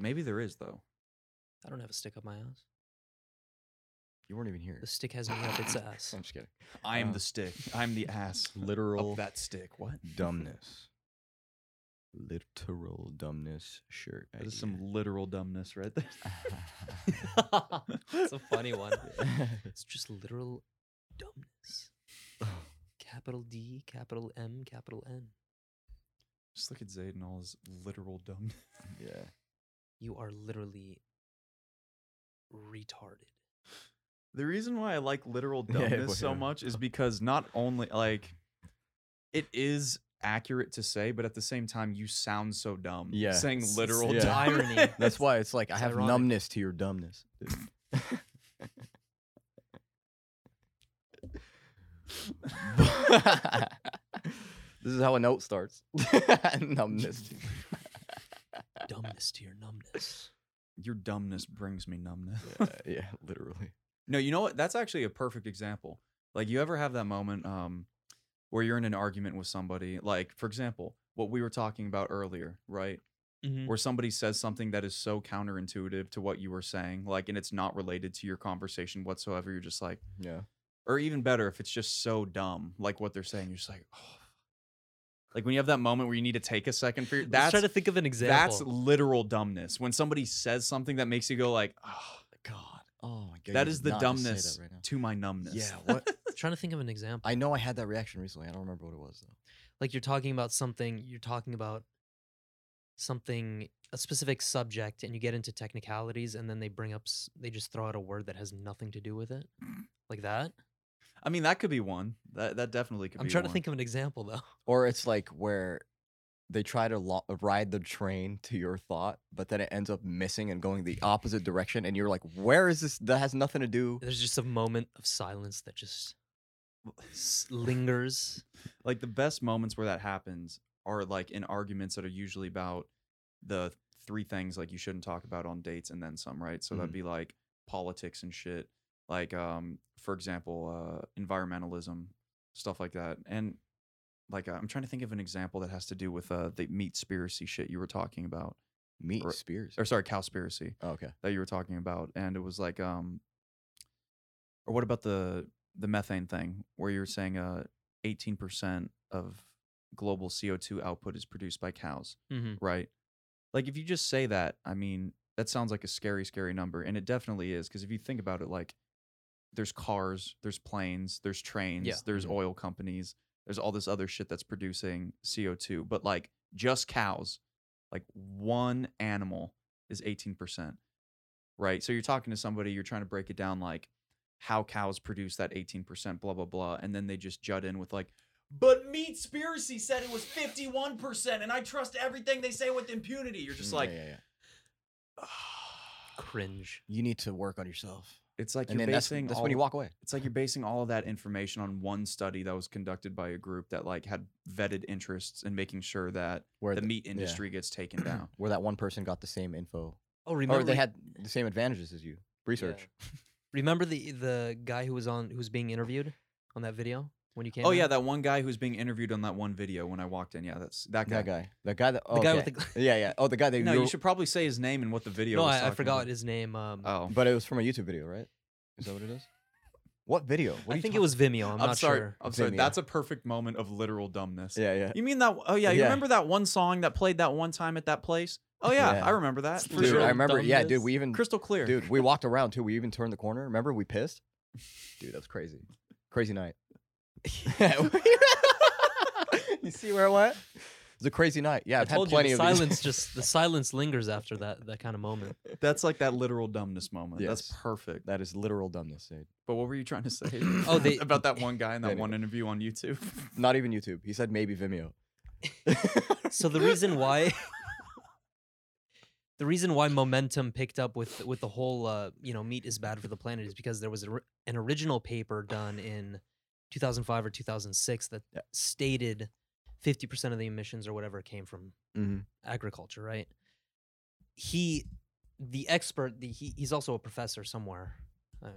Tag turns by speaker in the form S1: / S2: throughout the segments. S1: maybe there is though.
S2: I don't have a stick up my ass.
S3: You weren't even here.
S2: The stick has me up its ass.
S1: Oh,
S3: I'm just kidding.
S1: I am
S3: Uh,
S1: the stick. I'm the ass.
S3: Literal
S1: Up that stick. What?
S3: dumbness. Literal dumbness shirt.
S1: That is some literal dumbness right there.
S2: It's a funny one. It's just literal dumbness.
S1: oh.
S2: Capital D, capital M, capital N.
S1: Just look at Zayd and all his literal dumbness.
S3: yeah.
S2: You are literally retarded.
S1: The reason why I like literal
S3: Yeah,
S1: dumbness
S3: well,
S1: so
S3: yeah.
S1: much is because not only like it is accurate to say, but at the same time you sound so dumb.
S3: Yeah.
S1: Saying
S2: It's-
S1: literal
S3: it's
S2: irony.
S1: dumbness.
S3: That's why it's like I
S2: It's
S3: have
S2: ironic.
S3: numbness to your dumbness. dude. this is how a note starts. numbness. to-
S2: Dumbness to your numbness.
S1: your dumbness brings me numbness.
S3: Yeah, yeah, literally.
S1: No, you know what? That's actually a perfect example. Like you ever have that moment um where you're in an argument with somebody, like for example, what we were talking about earlier, right? Where somebody says something that is so counterintuitive to what you were saying, like and it's not related to your conversation whatsoever. You're just like
S3: Yeah.
S1: or even better if it's just so dumb like what they're saying you're just like oh. like when you have that moment where you need to take a second for your,
S2: Let's
S1: that's
S2: try to think of an
S1: that's
S2: example.
S1: literal dumbness when somebody says something that makes you go like oh,
S3: God. Oh my God.
S1: that
S3: you
S1: is
S3: did
S1: the
S3: not just say
S1: dumbness
S3: that right now.
S1: to my numbness
S3: Yeah. What?
S2: trying to think of an example.
S3: I know I had that reaction recently. I don't remember what it was though.
S2: like you're talking about something you're talking about something a specific subject and you get into technicalities and then they bring up s- they just throw out a word that has nothing to do with it like that
S1: i mean that could be one that that definitely could
S2: i'm
S1: be
S2: trying
S1: one.
S2: to think of an example though
S3: Or it's like where they try to lo- ride the train to your thought, but then it ends up missing and going the opposite direction, and you're like, "Where is this? That has nothing to do."
S2: there's just a moment of silence that just s- lingers
S1: like the best moments where that happens are like in arguments that are usually about the three things like you shouldn't talk about on dates and then some right so
S2: Mm-hmm.
S1: that'd
S3: Mhm.
S1: be like politics and shit like um for example uh environmentalism stuff like that and like i'm trying to think of an example that has to do with uh the meat spiracy shit you were talking about
S3: Meat
S1: Or-
S3: spears.
S1: or sorry cowspiracy
S3: Oh, okay.
S1: that you were talking about and it was like um or what about the the methane thing where you were saying uh 18% of global CO2 output is produced by cows,
S2: Mhm.
S1: right? Like if you just say that, I mean, that sounds like a scary scary number and it definitely is because if you think about it like there's cars, there's planes, there's trains,
S2: Yeah.
S1: there's
S3: Mhm.
S1: oil companies, there's all this other shit that's producing CO2, but like just cows, like one animal is 18%. Right? So you're talking to somebody, you're trying to break it down like how cows produce that 18%, blah, blah, blah. And then they just jut in with like, but meat spiracy said it was 51%, and I trust everything they say with impunity. You're just
S3: Mm, Yeah,
S1: like,
S3: yeah, yeah.
S2: cringe
S3: you need to work on yourself,
S1: it's like
S3: and
S1: you're
S3: then that's,
S1: basing
S3: that's
S1: all,
S3: when you walk away.
S1: it's like you're basing all of that information on one study that was conducted by a group that like had vetted interests in making sure that
S3: Where
S1: the
S3: th-
S1: meat
S3: yeah.
S1: industry gets taken down.
S3: where that one person got the same info,
S2: oh remember
S3: or they had the same advantages as you. Research.
S2: remember the the guy who was on who was being interviewed on that video when you came
S1: Oh yeah,
S2: out?
S1: that one guy who's being interviewed on that one video when I walked in. Yeah, that's that guy.
S3: That guy. The guy that.
S2: the guy with the
S3: okay.
S2: gla-
S3: Yeah, yeah. Oh, the guy that.
S1: No,
S3: you
S1: you should probably say his name and what the video.
S2: no
S1: was
S2: I, I
S1: talking
S2: forgot
S1: about.
S2: his name um
S1: Oh,
S3: But it was from a YouTube video, right? Is that what it is? What video? What are
S2: i
S3: you
S2: think
S3: talking-
S2: it was vimeo i'm, not
S1: sorry.
S2: sure
S1: I'm sorry.
S3: Vimeo.
S1: That's a perfect moment of literal dumbness.
S3: Yeah, yeah.
S1: You mean that? Oh yeah. You
S3: Yeah.
S1: remember that one song that played that one time at that place? Oh yeah,
S3: Yeah.
S1: I remember that.
S2: Dude,
S1: for
S3: Dude,
S1: sure.
S3: I remember. Yeah, dude.
S2: dumbness.
S3: We even.
S1: Crystal clear.
S3: Dude, we walked around too. We even turned the corner. Remember, we pissed. Dude, that was crazy. Crazy night. you see where I went? It was a crazy night. Yeah,
S2: i
S3: I've had
S2: told
S3: plenty
S2: you
S3: of
S2: the
S3: these.
S2: silence just the silence lingers after that that kind of moment.
S1: that's like that literal dumbness moment. That's
S3: Yes.
S1: perfect.
S3: that is literal dumbness, dude.
S1: But what were you trying to say?
S2: Oh, they-
S1: about that one guy in that
S3: Anyway.
S1: one interview on YouTube.
S3: Not even YouTube. He said maybe Vimeo.
S2: So the reason why the reason why momentum picked up with with the whole uh, you know meat is bad for the planet is because there was a, ri- an original paper done in 2005 or 2006 that
S3: Yeah.
S2: stated 50% of the emissions or whatever came from
S3: Mm-hmm.
S2: agriculture, right? He, the expert, the, he, he's also a professor somewhere, uh,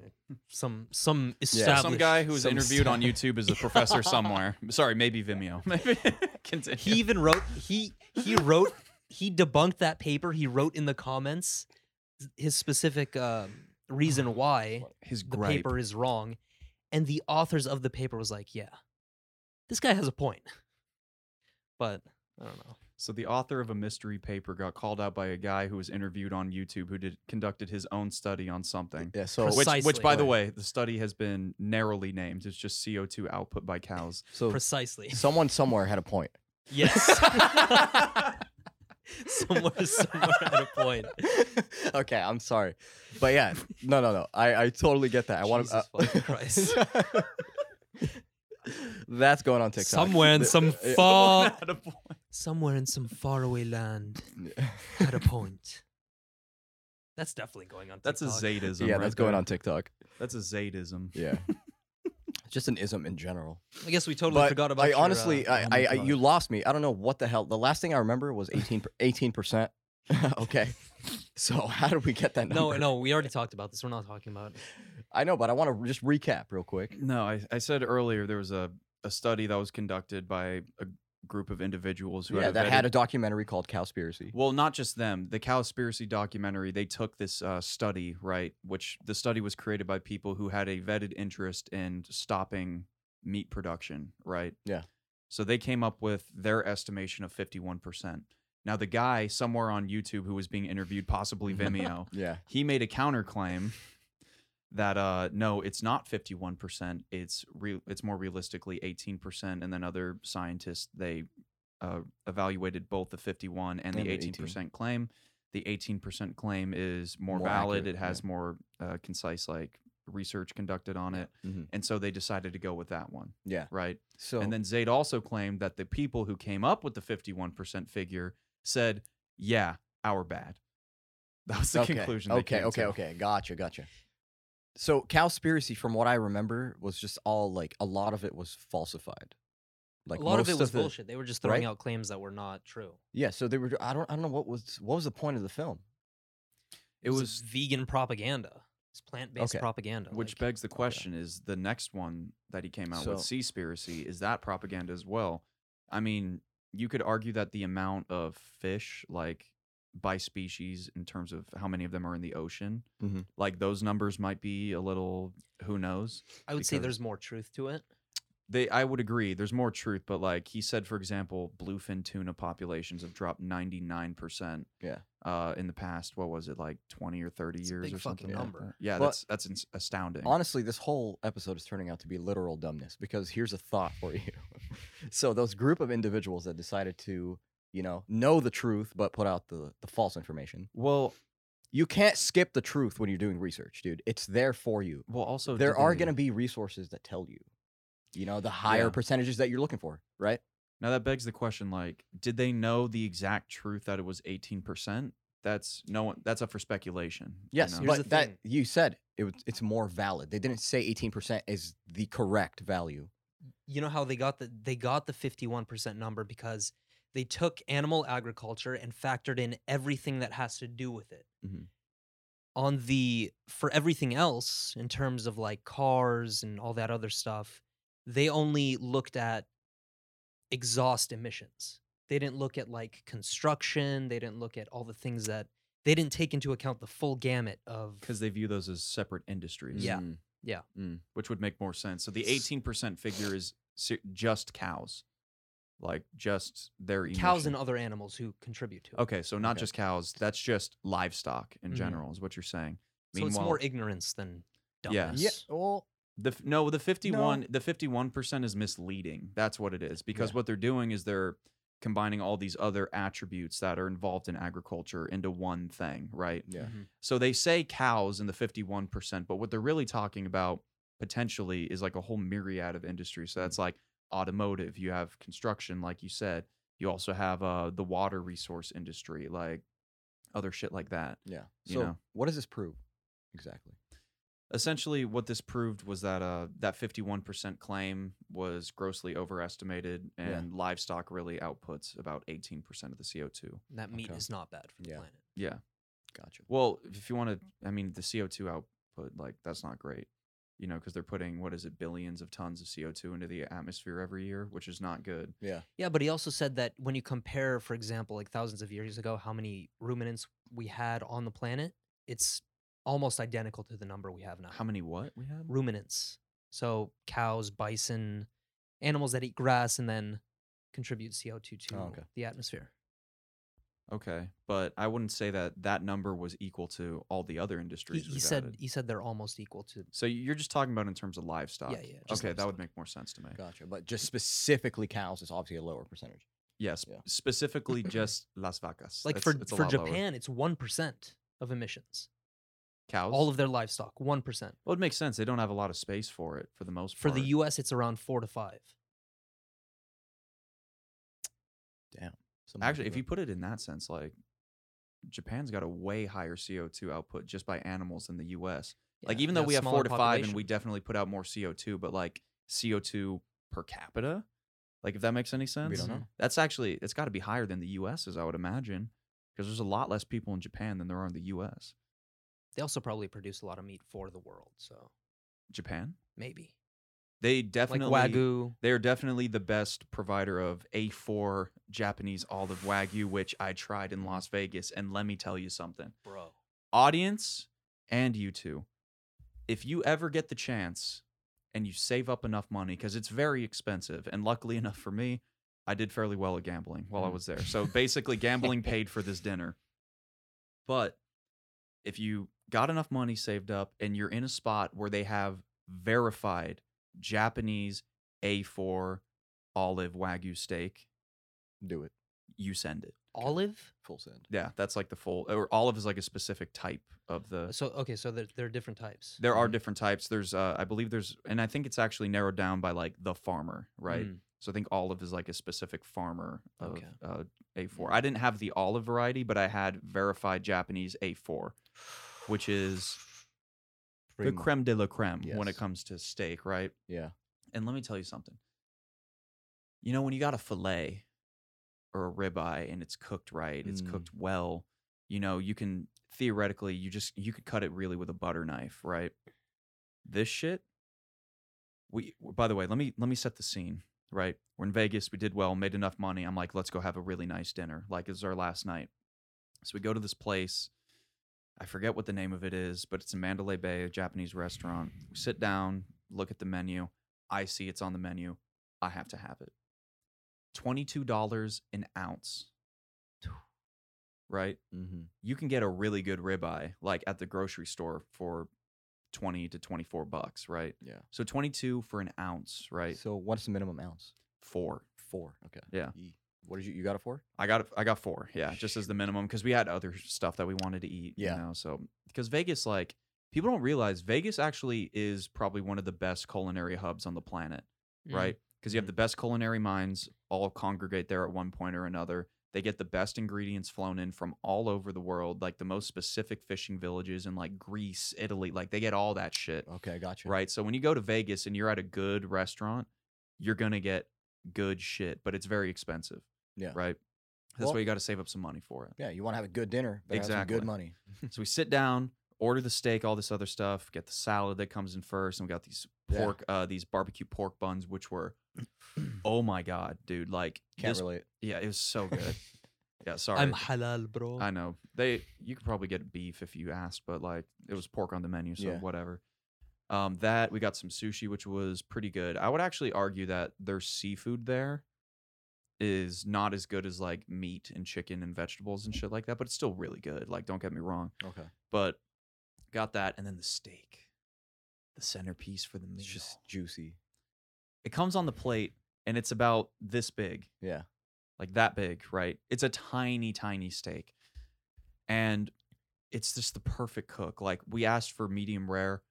S2: some some established
S1: Some guy who was
S2: some
S1: interviewed on YouTube is a professor somewhere. Sorry, maybe Vimeo. Maybe continue.
S2: He even wrote he he wrote he debunked that paper. He wrote in the comments his specific um,
S3: Oh,
S2: reason why
S1: His
S2: the
S1: gripe.
S2: paper is wrong, and the authors of the paper was like, "Yeah, this guy has a point," but I don't know.
S1: So the author of a mystery paper got called out by a guy who was interviewed on YouTube who did conducted his own study on something.
S3: Yeah, so
S2: Precise-
S1: Oh, Which, which, by the
S3: Precisely.
S1: way, the study has been narrowly named. It's just CO2 output by cows.
S3: so
S2: Precisely.
S3: someone somewhere had a point.
S2: Yes. somewhere, somewhere at a point.
S3: okay, I'm sorry, but yeah, no, no, no. I, I totally get that. I uh, want to.
S2: Jesus fucking Christ.
S3: That's going on TikTok.
S2: Somewhere in
S3: Th-
S2: some
S3: yeah.
S2: far,
S1: At a point.
S2: somewhere in some faraway land, at a point. That's definitely going on.
S1: That's a
S2: TikTok.
S1: Zaydism.
S3: yeah,
S1: right
S3: that's going
S1: there.
S3: on TikTok.
S1: That's a Zaydism.
S3: Yeah, just an ism in general.
S2: I guess we totally
S3: But
S2: forgot about.
S3: I
S2: your,
S3: honestly,
S2: uh,
S3: I,
S1: oh my
S3: I, I,
S1: God.
S3: you lost me. I don't know what the hell. The last thing I remember was 18 percent. okay, so how did we get that number?
S2: no, no, we already talked about this. We're not talking about.
S3: I know, but I want to just recap real quick.
S1: No, I, I said earlier there was a, a study that was conducted by a group of individuals who
S3: yeah,
S1: had,
S3: that had
S1: vetted-
S3: a documentary called Cowspiracy.
S1: Well, not just them. The Cowspiracy documentary, they took this uh, study, right? Which the study was created by people who had a vetted interest in stopping meat production, right?
S3: Yeah.
S1: So they came up with their estimation of 51%. Now, the guy somewhere on YouTube who was being interviewed, possibly Vimeo,
S3: Yeah,
S1: he made a counterclaim that uh no it's not 51% it's real it's more realistically 18% and then other scientists they uh, evaluated both the 51 and,
S3: And
S1: the
S3: the
S1: 18% claim the 18% claim is more,
S3: More
S1: valid
S3: accurate,
S1: it has
S3: yeah.
S1: more uh, concise like research conducted on it
S3: Mhm.
S1: and so they decided to go with that one
S3: yeah.
S1: right
S3: So
S1: and then Zaid also claimed that the people who came up with the 51% figure said, yeah, our bad. That was the
S3: okay,
S1: conclusion. they
S3: Okay,
S1: came
S3: okay,
S1: to.
S3: okay. Gotcha, gotcha. So Cowspiracy, from what I remember, was just all like a lot of it was falsified. Like
S2: a lot of
S3: most
S2: it was
S3: the-
S2: bullshit. They were just throwing
S3: right?
S2: out claims that were not true.
S3: Yeah, so they were. I don't. I don't know what was. What was the point of the film?
S1: It was,
S2: vegan propaganda. It's plant based
S3: Okay.
S2: propaganda.
S1: which
S2: like,
S1: begs the question is the next one that he came out with,
S3: So-
S1: Seaspiracy, is that propaganda as well? I mean, you could argue that the amount of fish, like by species, in terms of how many of them are in the ocean,
S3: Mhm.
S1: like those numbers might be a little, who knows?
S2: I would say
S1: because-
S2: there's more truth to it.
S1: they I would agree. There's more truth, but like he said, for example, bluefin tuna populations have dropped 99 percent.
S3: Yeah.
S1: Uh, in the past, what was it like 20 or 30
S2: It's a
S1: years
S2: big
S1: or something?
S2: fucking
S1: like
S2: number.
S1: that. Yeah,
S3: But-
S1: that's that's ins- astounding.
S3: Honestly, this whole episode is turning out to be literal dumbness because here's a thought for you. so those group of individuals that decided to, you know, know the truth but put out the the false information.
S1: well,
S3: You can't skip the truth when you're doing research, dude. It's there for you.
S1: well, also
S3: there
S1: did
S3: are
S1: they-
S3: going to be resources that tell you, you know, the higher
S1: Yeah.
S3: percentages that you're looking for, right?
S1: now that begs the question: like, did they know the exact truth that it was 18 percent? That's no one. That's up for speculation. you
S3: Yes,
S1: know?
S2: Here's the
S3: but that
S2: thing.
S3: you said it was, it's more valid. They didn't say 18% is the correct value.
S2: You know how they got the they got the 51% number because they took animal agriculture and factored in everything that has to do with it.
S1: Mm-hmm.
S3: Mhm.
S2: On the for everything else in terms of like cars and all that other stuff, they only looked at exhaust emissions. They didn't look at like construction, they didn't look at all the things that they didn't take into account the full gamut of
S1: because they view those as separate industries.
S2: Yeah. yeah.
S1: which would make more sense. So the
S2: Mm. S-
S1: 18% figure is se- just cows, like just their
S2: cows
S1: emission.
S2: and other animals who contribute to it.
S1: Okay, so not
S3: Okay.
S1: just cows. That's just livestock in
S2: Mhm.
S1: general, is what you're saying.
S2: So it's more ignorance than
S1: Yeah.
S2: dumbness.
S3: Yeah. Well,
S1: the f- no, the 51, the 51 percent is misleading. That's what it is because
S3: Yeah.
S1: what they're doing is they're combining all these other attributes that are involved in agriculture into one thing, right?
S3: yeah.
S2: Mhm.
S1: So they say cows in the 51%, but what they're really talking about potentially is like a whole myriad of industries. So that's like automotive, you have construction, like you said, you also have uh, the water resource industry, like other shit like that.
S3: Yeah.
S1: You
S3: So
S1: know.
S3: what does this prove exactly?
S1: Essentially, what this proved was that uh, that 51% claim was grossly overestimated,
S3: Yeah.
S1: and livestock really outputs about 18% of the CO2.
S2: That meat
S3: Okay.
S2: is not bad for the
S3: Yeah.
S2: planet.
S1: Yeah.
S3: Gotcha.
S1: Well, if you want to, I mean, the CO2 output, like, that's not great. you know, because they're putting what is it, billions of tons of CO two into the atmosphere every year, which is not good.
S3: Yeah.
S2: Yeah, but he also said that when you compare, for example, like thousands of years ago, how many ruminants we had on the planet, it's almost identical to the number we have now.
S1: How many what we have?
S2: ruminants? So cows, bison, animals that eat grass and then contribute CO2 to
S3: Oh, okay.
S2: the atmosphere.
S1: Okay, but I wouldn't say that that number was equal to all the other
S2: He,
S1: industries.
S2: he
S1: we've
S2: said
S1: added.
S2: he said they're almost equal to
S1: So you're just talking about in terms of livestock.
S2: yeah,
S1: Okay,
S2: just
S1: that would
S2: livestock.
S1: make more sense to me.
S3: Gotcha. But just specifically cows is obviously a lower percentage.
S1: Yes,
S3: Yeah.
S1: specifically just Las Vacas.
S2: like
S1: It's-
S2: for
S1: it's a
S2: for
S1: lot lower.
S2: Japan, it's one percent of emissions.
S1: cows.
S2: All of their livestock, one percent.
S1: well, it makes sense. They don't have a lot of space for it for the most
S2: For
S1: part.
S2: the U.S., it's around four to five.
S3: Something
S1: Actually, if
S3: like
S1: you put it in that sense, like Japan's got a way higher CO2 output just by animals than the US. like,
S2: Yeah,
S1: even
S2: they
S1: though we have
S2: smaller
S1: four to five and
S2: population.
S1: we definitely put out more CO2, but like CO2 per capita, like if that makes any
S3: that.
S1: sense,
S3: we don't
S2: Mhm.
S3: know.
S1: that's actually, it's got to be higher than the US, as I would imagine, because there's a lot less people in Japan than there are in the US.
S2: they also probably produce a lot of meat for the world, so
S1: Japan?
S2: maybe
S1: They definitely.
S2: like wagyu.
S1: They are definitely the best provider of A4 Japanese olive wagyu, which I tried in Las Vegas. And let me tell you something.
S2: bro.
S1: audience and you two, if you ever get the chance and you save up enough money, because it's very expensive, and luckily enough for me, I did fairly well at gambling while I
S3: Mm.
S1: was there. So basically, gambling paid for this dinner. But if you got enough money saved up and you're in a spot where they have verified Japanese A4 olive wagyu steak,
S3: Do it.
S1: you send it.
S2: Olive.
S3: Full send.
S1: Yeah, that's like the full, or olive is like a specific type of the.
S2: Uh, So okay, so there, there are different types.
S1: There are
S3: Mhm.
S1: different types. There's, uh, I believe there's, and I think it's actually narrowed down by like the farmer, right?
S2: Mm.
S1: So I think olive is like a specific farmer of
S2: Okay.
S1: uh, A4. I didn't have the olive variety, but I had verified Japanese A4, which is the
S3: Pretty mu-
S1: creme de la creme when it
S3: Yes.
S1: comes to steak, right?
S3: Yeah.
S1: And let me tell you something. You know, when you got a fillet or a ribeye and it's cooked right, it's
S3: Mm.
S1: cooked well, you know, you can theoretically, you just, you could cut it really with a butter knife, right? This shit, we, by the way, let me, let me set the scene, right? We're in Vegas, we did well, made enough money. I'm like, let's go have a really nice dinner. Like, it's our last night. So we go to this place. I forget what the name of it is, but it's in Mandalay Bay, a Japanese restaurant. We sit down, look at the menu. I see it's on the menu. I have to have it. $22 an ounce. Right?
S3: Mm-hmm.
S1: You can get a really good ribeye like at the grocery store for 20 to 24 bucks, right?
S3: Yeah.
S1: So 22 for an ounce, right?
S3: So what's the minimum ounce?
S1: 4.
S3: Four. Okay.
S1: Yeah.
S3: Ye- What did you? You got a four?
S1: I got I got four, yeah, just as the minimum because we had other stuff that we wanted to eat,
S3: Yeah.
S1: you know. So because Vegas, like people don't realize, Vegas actually is probably one of the best culinary hubs on the planet,
S2: Mm.
S1: right? Because you have the
S3: Mhm.
S1: best culinary minds all congregate there at one point or another. They get the best ingredients flown in from all over the world, like the most specific fishing villages in like Greece, Italy, like they get all that shit,
S3: Okay, gotcha.
S1: right? So when you go to Vegas and you're at a good restaurant, you're gonna get good shit, but it's very expensive
S3: Yeah.
S1: right? That's
S3: Well-
S1: why you got to save up some money for it.
S3: Yeah. You want to have a good dinner. Better Have some
S1: Exactly.
S3: good money.
S1: So we sit down, order the steak, all this other stuff, get the salad that comes in first, and we got these
S3: Yeah.
S1: pork, uh, these barbecue pork buns, which were, oh my god, dude! Like,
S3: Can't
S1: this-
S3: relate.
S1: yeah, it was so good. yeah, sorry,
S2: mm. I'm halal, bro.
S1: I know they. You could probably get beef if you asked, but like it was pork on the menu, so
S3: Yeah.
S1: whatever. Um, that we got some sushi, which was pretty good. I would actually argue that their seafood there is not as good as like meat and chicken and vegetables and shit like that, but it's still really good. Like, don't get me wrong,
S3: Okay.
S1: but got that, and then the steak, the centerpiece for the meal.
S3: It's just juicy.
S1: it comes on the plate, and it's about this big
S3: Yeah.
S1: like that big, right? It's a tiny, tiny steak. And it's just the perfect cook. Like we asked for medium rare.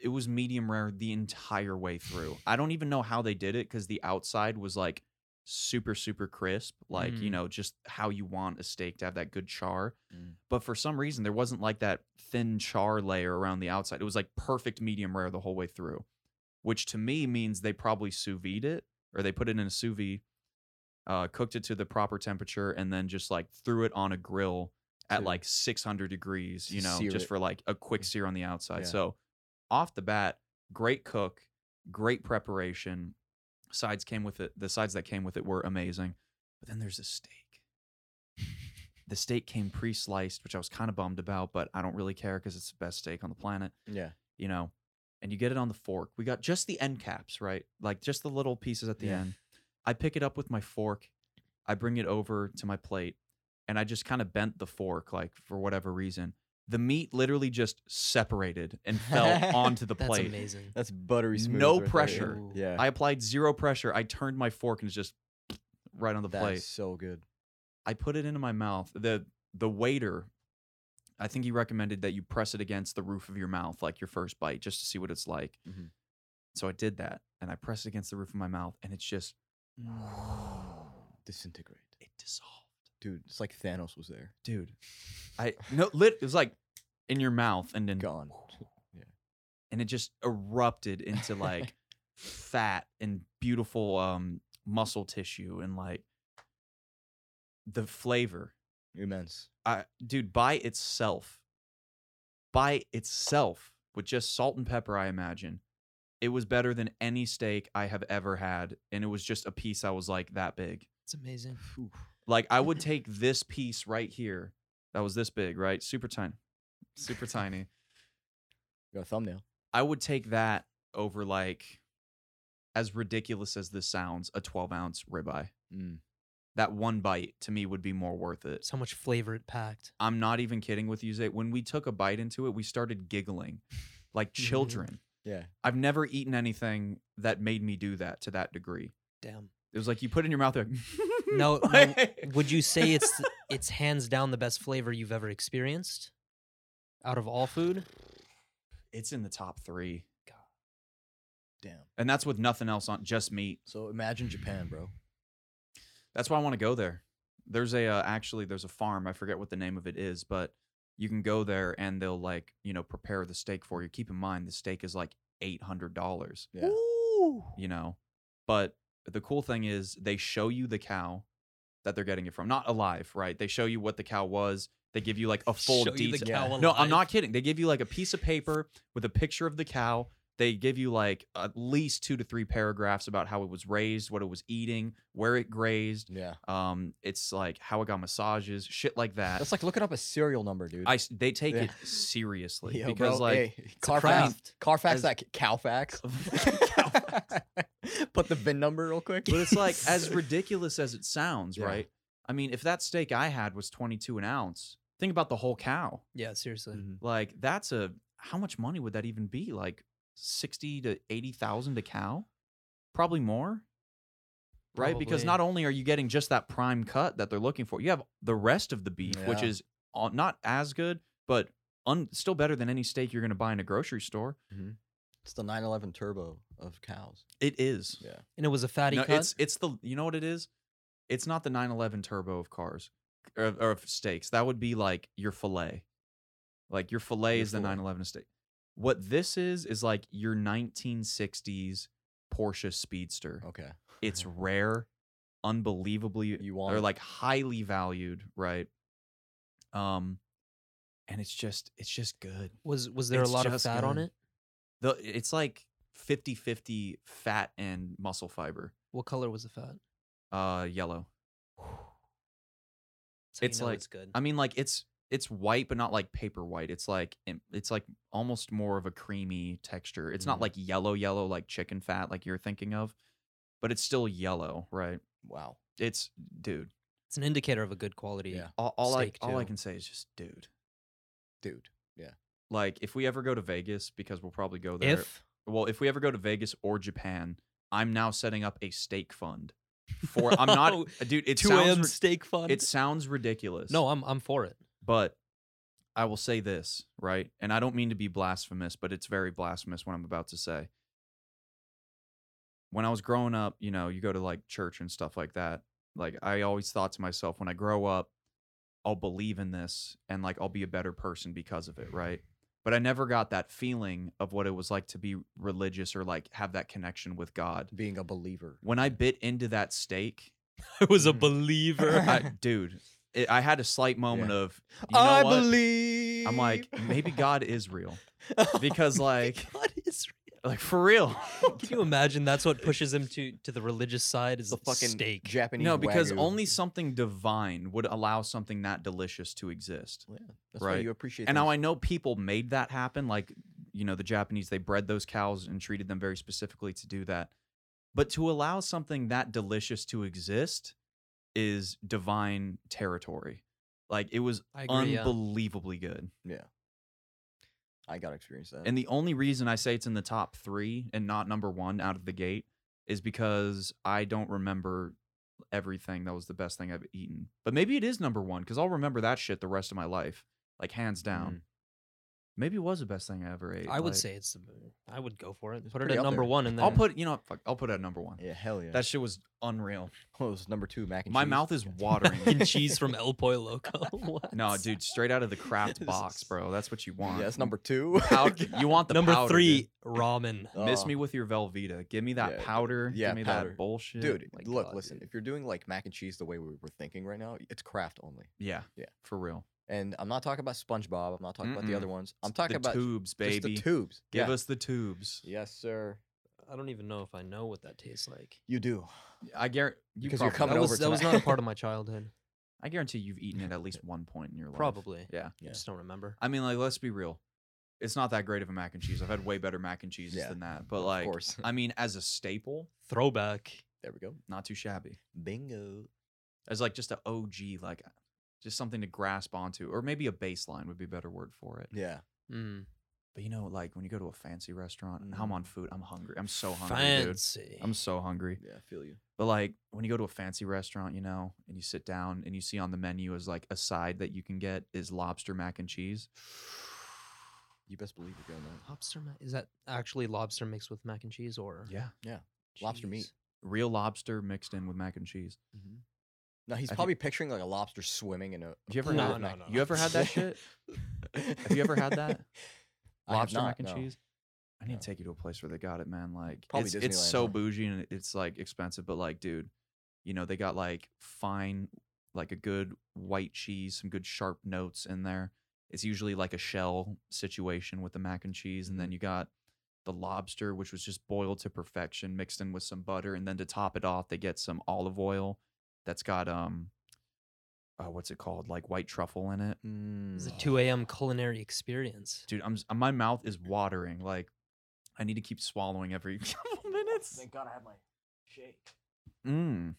S1: It was medium rare the entire way through. I don't even know how they did it because the outside was like super, super crisp. Like, you
S2: Mm.
S1: know, just how you want a steak to have that good char.
S3: Mm.
S1: But for some reason, there wasn't like that thin char layer around the outside. It was like perfect medium rare the whole way through, which to me means they probably sous vide it or they put it in a sous vide uh, cooked it to the proper temperature, and then just like threw it on a grill at
S3: To-
S1: like 600 degrees,
S3: to
S1: you know,
S3: sear
S1: just
S3: it. Mm.
S1: for like a quick sear on the outside.
S3: Yeah.
S1: So off the bat, great cook, great preparation. Sides came with it. The sides that came with it were amazing. But then there's the steak. The steak came pre-sliced, which I was kind of bummed about, but I don't really care because it's the best steak on the planet
S3: Yeah.
S1: you know, and you get it on the fork. We got just the end caps, right? Like just the little pieces at the
S3: Yeah.
S1: end. I pick it up with my fork. I bring it over to my plate and I just kind of bent the fork, like for whatever reason. The meat literally just separated and fell onto the
S2: That's
S1: plate.
S2: amazing.
S3: That's buttery smooth.
S1: No
S3: right there.
S1: pressure.
S2: Ooh.
S3: Yeah.
S1: I applied zero pressure. I turned my fork and it's just right on the
S3: That's
S1: plate.
S3: so good.
S1: I put it into my mouth. The the waiter, I think he recommended that you press it against the roof of your mouth, like your first bite, just to see what it's like.
S3: Mhm.
S1: So I did that, and I pressed it against the roof of my mouth, and it's just
S3: Disintegrate.
S1: it dissolved,
S3: Dude, it's like Thanos was there.
S1: dude. I no lit. It was like in your mouth, and then
S3: Gone.
S1: and it just erupted into like fat and beautiful um muscle tissue and like the flavor
S3: Immense.
S1: I, dude, by itself, by itself, with just salt and pepper, I imagine, it was better than any steak I have ever had. And it was just a piece I was like that big.
S2: It's amazing.
S3: Oof.
S1: Like, I would take this piece right here that was this big, right? Super tiny, super tiny.
S3: Got a thumbnail.
S1: I would take that over, like, as ridiculous as this sounds, a 12 ounce ribeye.
S3: Mm.
S1: That one bite to me would be more worth it.
S2: It's how much flavor it packed.
S1: I'm not even kidding with you, Zay. When we took a bite into it, we started giggling like
S2: Mm-hmm.
S1: children.
S3: Yeah.
S1: I've never eaten anything that made me do that to that degree.
S2: Damn.
S1: It was like you put it in your mouth. Like,
S2: No, no,
S1: like-
S2: Would you say it's it's hands down the best flavor you've ever experienced? Out of all food?
S1: It's in the top three,
S3: Damn.
S1: and that's with nothing else on, just meat.
S3: So imagine Japan, bro.
S1: That's why I want to go there. There's a uh, actually there's a farm. I forget what the name of it is, but you can go there and they'll like you know prepare the steak for you. Keep in mind the steak is like eight hundred dollars.
S3: Yeah.
S1: you know. But the cool thing is they show you the cow that they're getting it from, not alive, right? They show you what the cow was. They give you like a full
S2: Show you the
S1: detail.
S2: cow
S3: Yeah.
S1: No,
S2: alive.
S1: I'm not kidding. They give you like a piece of paper with a picture of the cow. They give you like at least two to three paragraphs about how it was raised, what it was eating, where it grazed.
S3: Yeah.
S1: Um, it's like how it got massages, shit like that.
S3: That's like looking up a serial number, dude.
S1: I s- they take
S3: Yeah.
S1: it seriously
S3: Yo,
S1: because
S3: bro,
S1: like
S3: hey, Carfax,
S1: craft.
S3: Carfax,
S1: As-
S3: that Calfax.
S1: Calfax.
S3: Put the VIN number real quick.
S1: But it's like as ridiculous as it sounds,
S3: Yeah.
S1: right? I mean, if that steak I had was 22 an ounce, think about the whole cow.
S2: Yeah, seriously.
S3: Mhm.
S1: Like that's a how much money would that even be? Like 60 to 80,000 a cow? Probably more. Right? Because
S2: Probably.
S1: not only are you getting just that prime cut that they're looking for, you have the rest of the beef, which
S3: Yeah.
S1: is uh, not as good, but un- still better than any steak you're going to buy in a grocery store.
S3: It's the 911 turbo of cows.
S1: It is.
S3: Yeah.
S2: And it was a fatty
S1: No,
S2: cut.
S1: it's it's the you know what it is? It's not the 911 turbo of cars or, of- or of steaks. That would be like your fillet. Like your fillet
S3: Your
S1: is the
S3: fillet.
S1: 911 steak. What this is is like your 1960s Porsche Speedster.
S3: Okay.
S1: It's rare, unbelievably
S3: You want
S1: or
S3: it.
S1: like highly valued, right? Um and it's just it's just good.
S2: was was there
S1: it's
S2: a lot of
S1: just
S2: fat on
S1: good.
S2: it?
S1: The it's like 50/50 fat and muscle fiber.
S2: What color was the fat?
S1: Uh yellow.
S2: That's how you
S1: It's
S2: know
S1: like-
S2: it's good.
S1: I mean, like it's it's white, but not like paper white. It's like im- it's like almost more of a creamy texture. It's not
S2: Mm-hmm.
S3: Mm.
S1: like yellow, yellow like chicken fat like you're thinking of, but it's still yellow, right?
S3: Wow.
S1: It's dude.
S2: it's an indicator of a good quality.
S3: Yeah.
S1: All, all I
S2: Steak,
S1: all I
S2: too.
S1: can say is just dude.
S3: Dude.
S1: Like if we ever go to Vegas, because we'll probably go there.
S2: If
S1: well, if we ever go to Vegas or Japan, I'm now setting up a steak fund. For I'm not, dude. It
S2: two
S1: sounds
S2: AM
S1: ri-
S2: steak fun.
S1: it sounds ridiculous.
S2: no, I'm I'm for it.
S1: But I will say this, right? And I don't mean to be blasphemous, but it's very blasphemous what I'm about to say. When I was growing up, you know, you go to like church and stuff like that. Like I always thought to myself, when I grow up, I'll believe in this and like I'll be a better person because of it, right? But I never got that feeling of what it was like to be religious or like have that connection with God.
S3: Being a believer.
S1: When I bit into that steak,
S2: I was
S3: a
S2: believer.
S1: I, dude, it, I had a slight moment of you
S2: Oh,
S1: know
S3: I
S1: what?
S3: believe.
S1: I'm like, maybe God is real because, like,
S2: Oh God is
S1: Like for real.
S2: Can you imagine that's what pushes him to to the religious side is
S3: the fucking
S2: steak.
S3: Japanese.
S1: no, because
S3: Wagyu.
S1: only something divine would allow something that delicious to exist.
S3: Yeah, that's why
S1: Right.
S3: you appreciate.
S1: And now
S3: those-
S1: I know people made that happen. Like, you know, the Japanese, they bred those cows and treated them very specifically to do that. But to allow something that delicious to exist is divine territory. Like, it was
S2: I agree. yeah.
S1: unbelievably good.
S3: I got to experience that.
S1: And the only reason I say it's in the top three and not number one out of the gate is because I don't remember everything that was the best thing I've eaten. But maybe it is number one because I'll remember that shit the rest of my life, like hands down.
S3: Mm-hmm.
S2: Mm.
S1: Maybe it was the best thing I ever ate.
S2: I would
S1: like-
S2: say it's. I would go for it.
S3: It's
S2: Put it
S3: pretty
S2: at
S3: up
S2: number
S3: there.
S2: one, and then
S1: I'll put you know fuck, I'll put it at number one.
S3: yeah, hell yeah.
S1: That shit was unreal.
S3: what was number two mac and
S1: My
S3: cheese?
S1: mouth is
S3: Yeah.
S1: watering.
S2: and cheese from El Pollo Loco. What?
S1: no, dude, straight out of the craft
S3: This
S1: box,
S3: is-
S1: bro. That's what you want.
S3: Yeah, that's number two.
S1: Pow- you want the
S2: number
S1: powder,
S2: three ramen.
S1: dude. Miss
S3: Oh.
S1: me with your Velveeta. Give me that
S3: Yeah,
S1: powder.
S3: yeah,
S1: Give me
S3: powder.
S1: that bullshit.
S3: dude.
S1: Like,
S3: look,
S1: God,
S3: listen.
S1: dude.
S3: If you're doing like mac and cheese the way we were thinking right now, it's craft only.
S1: Yeah.
S3: Yeah.
S1: For real.
S3: And I'm not talking about SpongeBob. I'm not talking about the
S1: Mm-mm.
S3: other ones. I'm
S1: It's
S3: talking
S1: the
S3: about
S1: tubes,
S3: just
S1: baby.
S3: the tubes.
S1: Give
S3: Yeah.
S1: us the tubes.
S3: Yes, sir.
S2: I don't even know if I know what that tastes like.
S3: You do.
S1: I guarantee you
S3: Because you're
S1: probably-
S3: coming
S1: that
S2: that was
S3: over
S2: that was
S3: tonight.
S2: not a part of my childhood.
S1: I guarantee you've eaten it at least one point in your life.
S2: Probably.
S1: Yeah.
S2: I
S3: Yeah.
S2: just don't remember.
S1: I mean, like, let's be real. It's not that great of a mac and cheese. I've had way better mac and cheeses
S3: Yeah,
S1: than that. But like,
S3: of course.
S1: I mean, as a staple,
S2: Throwback.
S3: There we go.
S1: not too shabby.
S3: Bingo.
S1: As like just a OG, like just something to grasp onto, or maybe a baseline would be a better word for it.
S3: Yeah.
S2: Mm.
S1: But you know, like when you go to a fancy restaurant, and
S3: Mm.
S1: I'm on food, I'm hungry. I'm so hungry, dude.
S2: Fancy.
S1: I'm so hungry.
S3: Yeah, I feel you.
S1: But like when you go to a fancy restaurant, you know, and you sit down and you see on the menu is like a side that you can get is lobster mac and cheese.
S3: You best believe you're going to
S2: lobster. Ma- is that actually lobster mixed with mac and cheese or
S1: Yeah.
S3: lobster meat.
S2: Jeez.
S1: Real lobster mixed in with mac and cheese.
S3: No, he's
S1: I think-
S3: probably picturing like a lobster swimming in a. a
S1: You ever
S3: pool
S1: had-
S3: of
S2: No,
S3: mac
S2: no,
S3: and
S1: You ever had that
S3: cheese.
S1: shit? Have you ever had that?
S3: I have
S1: Lobster
S3: not,
S1: mac and
S3: no.
S1: cheese. I need
S3: No.
S1: to take you to a place where they got it, man. Like
S3: Probably
S1: it's, it's
S3: Disneyland,
S1: so
S3: huh?
S1: bougie and it's like expensive, but like, dude, you know, they got like fine, like a good white cheese, some good sharp notes in there. It's usually like a shell situation with the mac and cheese, and then
S3: Mm-hmm.
S1: you got the lobster, which was just boiled to perfection, mixed in with some butter, and then to top it off, they get some olive oil that's got um, uh, what's it called? Like white truffle in it.
S2: It's a
S3: Mm.
S2: 2 a.m. culinary experience.
S1: dude i'm s- my mouth is watering like i need to keep swallowing every couple minutes
S3: God I had my shake.
S1: mm.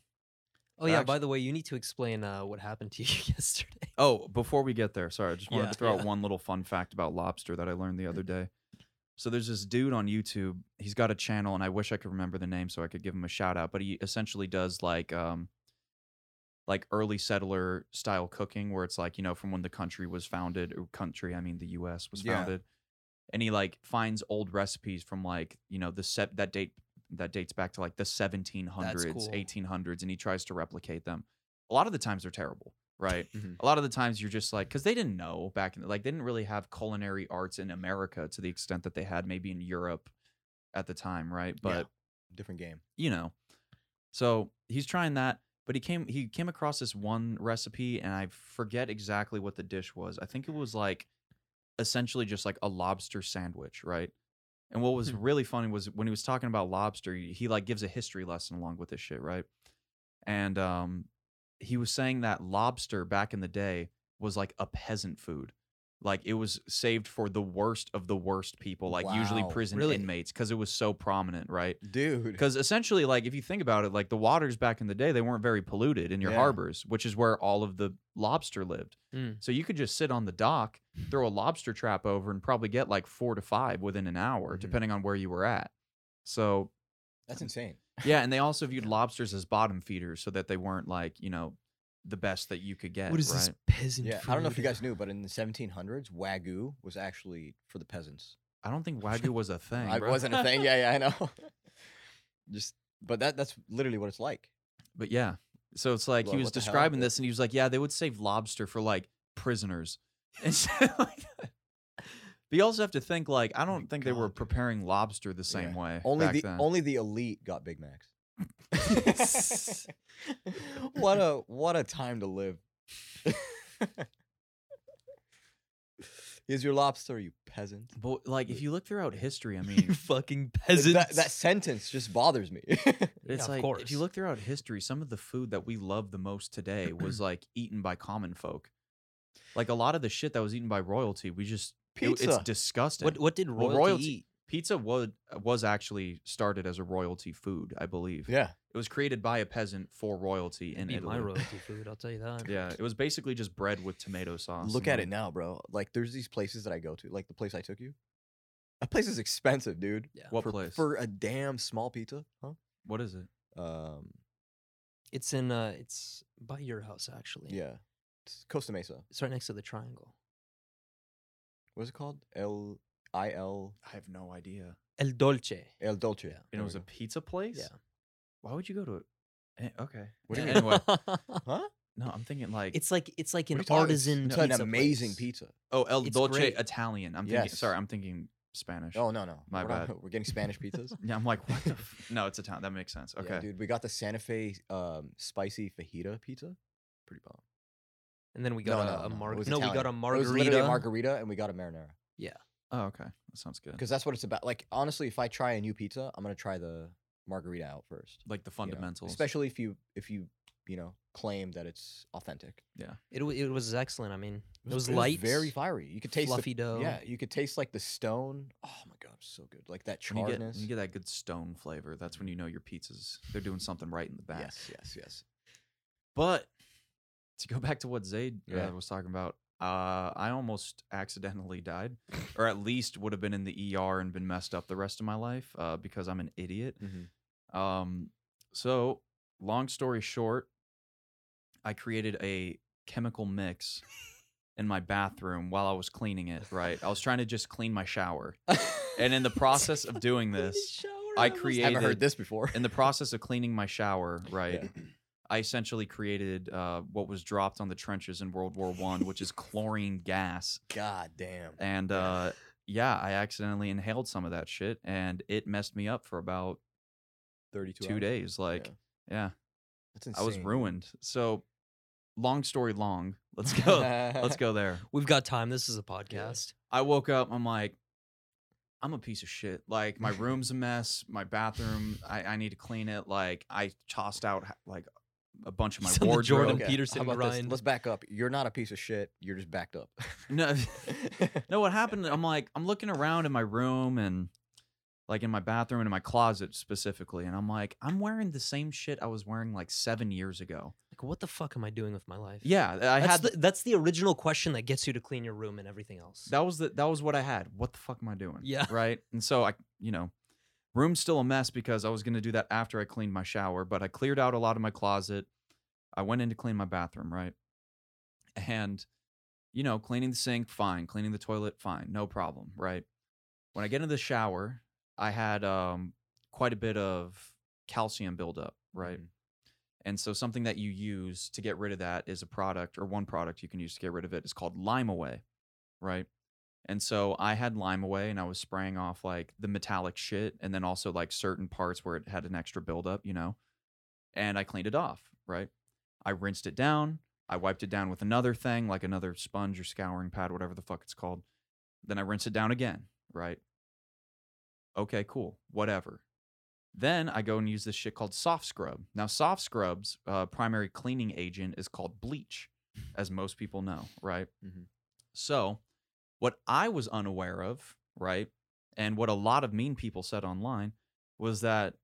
S2: Oh yeah,
S1: Actu-
S2: by the way, you need to explain uh, what happened to you yesterday.
S1: oh before we get there sorry i just wanted
S2: Yeah,
S1: to throw
S2: yeah. Mm-hmm.
S1: out one little fun fact about lobster that i learned the other day so there's this dude on youtube he's got a channel and i wish i could remember the name so i could give him a shout out but he essentially does like um like early settler style cooking where it's like you know from when the country was founded or country i mean the us was
S3: Yeah.
S1: founded and he like finds old recipes from like you know the set that date that dates back to like the 1700s
S2: cool.
S1: 1800s and he tries to replicate them a lot of the times they're terrible right
S3: Mhm.
S1: a lot of the times you're just like because they didn't know back in the, like they didn't really have culinary arts in america to the extent that they had maybe in europe at the time right but
S3: Different game.
S1: you know. So he's trying that, but he came he came across this one recipe and I forget exactly what the dish was. I think it was like essentially just like a lobster sandwich, right? And what was
S2: Hmm.
S1: really funny was when he was talking about lobster, he he, like gives a history lesson along with this shit, right? And um he was saying that lobster back in the day was like a peasant food. Like it was saved for the worst of the worst people, like usually
S3: Wow,
S1: prison
S2: really?
S1: inmates, because it was so prominent, right?
S3: Dude.
S1: Because essentially, like if you think about it, like the waters back in the day, they weren't very polluted in your
S3: Yeah.
S1: harbors, which is where all of the lobster lived.
S2: Mm.
S1: So you could just sit on the dock, throw a lobster trap over, and probably get like four to five within an hour,
S2: Mm-hmm.
S3: Mhm.
S1: depending on where you were at. So
S3: That's insane.
S1: yeah, and they also viewed lobsters as bottom feeders, so that they weren't like you know the best that you could get.
S2: What is
S1: right?
S2: this peasant?
S3: Yeah. I don't know if you
S2: food?
S3: guys knew, but in the 1700s, Wagyu was actually for the peasants.
S1: I don't think wagyu was a thing.
S3: it
S1: bro.
S3: wasn't a thing. Yeah, yeah, I know. Just, but that that's literally what it's like.
S1: But yeah. So it's like
S3: Well,
S1: he was
S3: what the hell,
S1: describing
S3: dude?
S1: this and he was like, yeah, they would save lobster for like prisoners. And shit like that. But you also have to think like I
S2: my
S1: don't think they were
S2: God, dude.
S1: preparing lobster the same
S3: Yeah.
S1: way.
S3: Only
S1: back
S3: the
S1: then.
S3: only the elite got Big Macs. what a what a time to live. Here's your lobster, you peasant.
S1: But like, if you look throughout history, I
S2: you
S1: mean,
S2: fucking
S3: Like,
S2: peasant.
S3: that, that sentence just bothers me.
S1: it's
S2: of
S1: like if you
S2: course.
S1: look throughout history, some of the food that we love the most today was like eaten by common folk. Like a lot of the shit that was eaten by royalty, we just it-
S3: Pizza.
S1: it's disgusting.
S2: what what did
S1: Well,
S2: royalty,
S1: royalty-
S2: eat?
S1: Pizza was was actually started as a royalty food, I believe.
S3: yeah.
S1: It was created by a peasant for royalty in
S2: Beat
S1: Italy.
S2: my royalty food. I'll tell you that.
S1: Yeah, it was basically just bread with tomato sauce.
S3: Look
S1: and,
S3: at it
S1: like-
S3: now, bro. Like there's these places that I go to, like the place I took you. That place is expensive, dude.
S1: What
S3: for,
S1: place?
S3: For a damn small pizza, huh?
S1: What is it?
S3: Um,
S2: It's in uh, it's by your house actually.
S3: yeah. It's Costa Mesa.
S2: it's right next to the triangle.
S3: What's it called? El I L
S1: I have no idea.
S2: El Dolce.
S3: El Dolce.
S2: Yeah. And it
S1: And
S3: There
S1: it
S3: we
S1: was a
S3: go.
S1: pizza place.
S2: Yeah.
S1: Why would you go to it? Eh, Okay.
S3: What do you
S1: Yeah,
S3: mean?
S1: Anyway,
S3: huh?
S1: no, I'm thinking like
S2: It's like it's like
S3: What are
S2: an
S3: you talking-
S2: artisan.
S3: It's
S2: pizza
S3: an amazing
S2: place.
S3: pizza.
S1: oh El
S2: it's
S1: Dolce
S2: great.
S1: Italian. I'm thinking.
S3: Yes.
S1: Sorry, I'm thinking Spanish.
S3: Oh no no.
S1: My
S3: we're not- we're getting Spanish pizzas.
S1: Yeah, I'm like what? The f-? No, it's Italian. That makes sense.
S3: Yeah,
S1: Okay.
S3: dude, we got the Santa Fe um, spicy fajita pizza. Pretty bomb.
S2: And then we
S3: No,
S2: got
S3: no,
S2: a, a
S3: no, it
S2: mar-
S3: was
S2: No, we got a
S3: Italian. It was literally
S2: margarita.
S3: a margarita, and we got a marinara.
S1: oh, okay. That sounds good.
S3: Because that's what it's about. Like honestly, if I try a new pizza, I'm gonna try the margarita out first.
S1: Like the
S3: you know,
S1: fundamentals.
S3: especially if you if you you know claim that it's authentic.
S2: It, wa- it was excellent. I mean, it was,
S3: it
S2: light,
S3: very fiery. You could taste
S2: fluffy
S3: The,
S2: dough.
S3: yeah, you could taste like the stone. Oh my god, so good! Like that
S1: When you, get, when
S3: charness.
S1: you get that good stone flavor, that's when you know your pizzas they're doing something right in the back.
S3: yes, yes, yes.
S1: But to go back to what Zayd uh,
S3: Yeah.
S1: was talking about, uh, I almost accidentally died, or at least would have been in the ER and been messed up the rest of my life uh, because I'm an idiot. Um, so, long story short, I created a chemical mix in my bathroom while I was cleaning it, right? I was trying to just clean my shower. And in the process of doing this, I
S3: I haven't
S1: created-
S3: heard this before.
S1: in the process of cleaning my shower, right? I essentially created uh, what was dropped on the trenches in World War One, which is chlorine gas.
S3: God damn.
S1: And
S3: Yeah.
S1: uh, yeah, I accidentally inhaled some of that shit, and it messed me up for about
S3: Thirty-two.
S1: two
S3: hours?
S1: days. Like,
S3: Yeah.
S1: yeah,
S3: That's insane.
S1: I was ruined. So, long story long. Let's go. let's go there.
S2: We've got time. This is a podcast.
S1: I woke up. I'm like, I'm a piece of shit. Like my room's a mess. My bathroom. I, I need to clean it. Like I tossed out h- like a bunch of my
S2: He's on the
S1: wardrobe.
S2: Jordan
S3: Okay,
S2: Peterson
S3: how about this?
S2: grind.
S3: Let's back up. You're not a piece of shit. You're just backed up.
S1: No, no. What happened? I'm like, I'm looking around in my room and like in my bathroom and in my closet specifically, and I'm like, I'm wearing the same shit I was wearing like seven years ago.
S2: Like, what the fuck am I doing with my life?
S1: Yeah, I
S2: that's
S1: had
S2: the, that's the original question that gets you to clean your room and everything else.
S1: that was the that was what I had. What the fuck am I doing?
S2: Yeah.
S1: Right. And so I, you know, room's still a mess because I was gonna do that after I cleaned my shower, but I cleared out a lot of my closet. I went in to clean my bathroom, right? And, you know, cleaning the sink, fine. Cleaning the toilet, fine. No problem, right? When I get into the shower, I had um quite a bit of calcium buildup, right?
S3: Mhm.
S1: And so something that you use to get rid of that is a product, or one product you can use to get rid of it is called Lime Away, right? And so I had Lime Away and I was spraying off like the metallic shit and then also like certain parts where it had an extra buildup, you know? And I cleaned it off, right? I rinsed it down. I wiped it down with another thing, like another sponge or scouring pad, whatever the fuck it's called. Then I rinse it down again, right? Okay, cool, whatever. Then I go and use this shit called soft scrub. Now, soft scrub's uh, primary cleaning agent is called bleach, as most people know, right?
S3: Mhm.
S1: So, what I was unaware of, right, and what a lot of mean people said online was that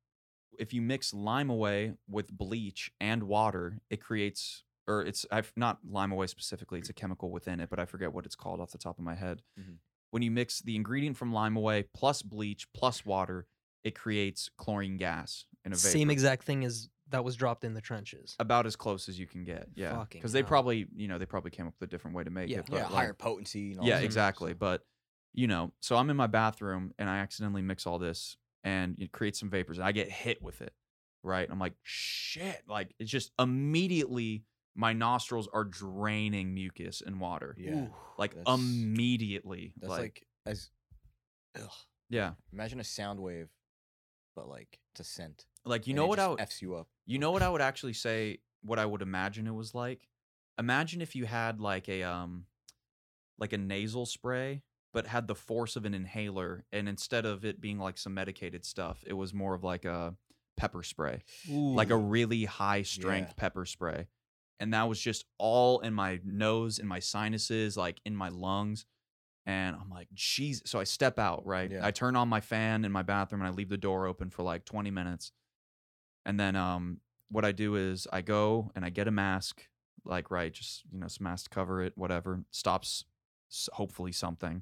S1: if you mix lime away with bleach and water, it creates, or it's I've, not lime away specifically, it's a chemical within it, but I forget what it's called off the top of my head.
S3: Mhm.
S1: When you mix the ingredient from lime away plus bleach plus water, it creates chlorine gas in a vapor.
S2: Same exact thing as that was dropped in the trenches.
S1: about as close as you can get. Yeah,
S2: Fucking
S1: because they
S2: hell.
S1: probably, you know, they probably came up with a different way to make
S2: Yeah.
S1: it.
S3: Yeah,
S1: but, like,
S3: higher potency. And all
S1: yeah,
S3: that.
S1: exactly.
S3: So-
S1: But you know, so I'm in my bathroom and I accidentally mix all this and it creates some vapors and I get hit with it. Right. I'm like, shit. Like it's just immediately my nostrils are draining mucus and water.
S3: yeah,
S1: Like
S3: that's-
S1: immediately.
S3: that's like, as. Ugh,
S1: yeah.
S3: imagine a sound wave, but like it's a scent.
S1: Like you
S3: and
S1: know
S3: it
S1: what I
S3: just
S1: would,
S3: f's you up.
S1: you know what I would actually say what I would imagine it was like? Imagine if you had like a um like a nasal spray, but had the force of an inhaler. And instead of it being like some medicated stuff, it was more of like a pepper spray, like a really high strength
S3: Yeah.
S1: pepper spray. And that was just all in my nose, in my sinuses, like in my lungs. And I'm like, Jesus. So I step out, right?
S3: Yeah.
S1: I turn on my fan in my bathroom and I leave the door open for like 20 minutes. And then um, what I do is I go and I get a mask, like right, just you know, some mask to cover it, whatever. Stops s- hopefully something,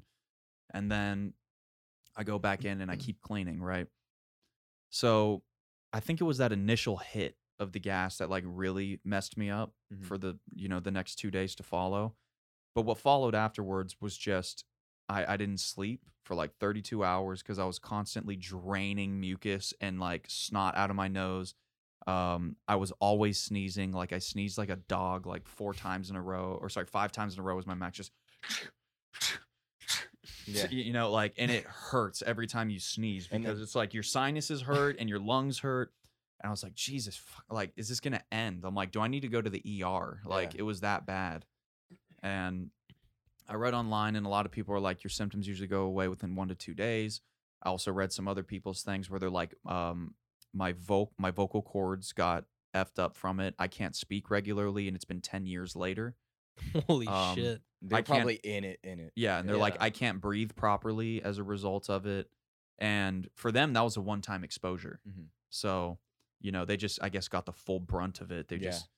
S1: and then I go back in and I keep cleaning, right? So I think it was that initial hit of the gas that like really messed me up
S3: Mhm.
S1: for the you know the next two days to follow. But what followed afterwards was just I, I didn't sleep for like 32 hours because I was constantly draining mucus and like snot out of my nose. Um, I was always sneezing. Like I sneezed like a dog, like four times in a row, or sorry, five times in a row was my max. Just
S3: Yeah.
S1: you you know, like, and it hurts every time you sneeze
S3: And
S1: because
S3: then-
S1: it's like your sinuses hurt and your lungs hurt. And I was like, Jesus, fuck, like, is this gonna end? I'm like, do I need to go to the ER? Like,
S3: Yeah.
S1: it was that bad. And I read online, and a lot of people are like, your symptoms usually go away within one to two days. I also read some other people's things where they're like, um, my voc my vocal cords got effed up from it. I can't speak regularly, and it's been ten years later.
S2: Holy
S1: Um,
S2: shit.
S1: I
S3: They're
S1: can't-
S3: probably in it, in it.
S1: Yeah, and they're like,
S3: Yeah.
S1: I can't breathe properly as a result of it. And for them, that was a one time exposure.
S3: Mhm.
S1: So, you know, they just, I guess, got the full brunt of it. They
S3: Yeah.
S1: just,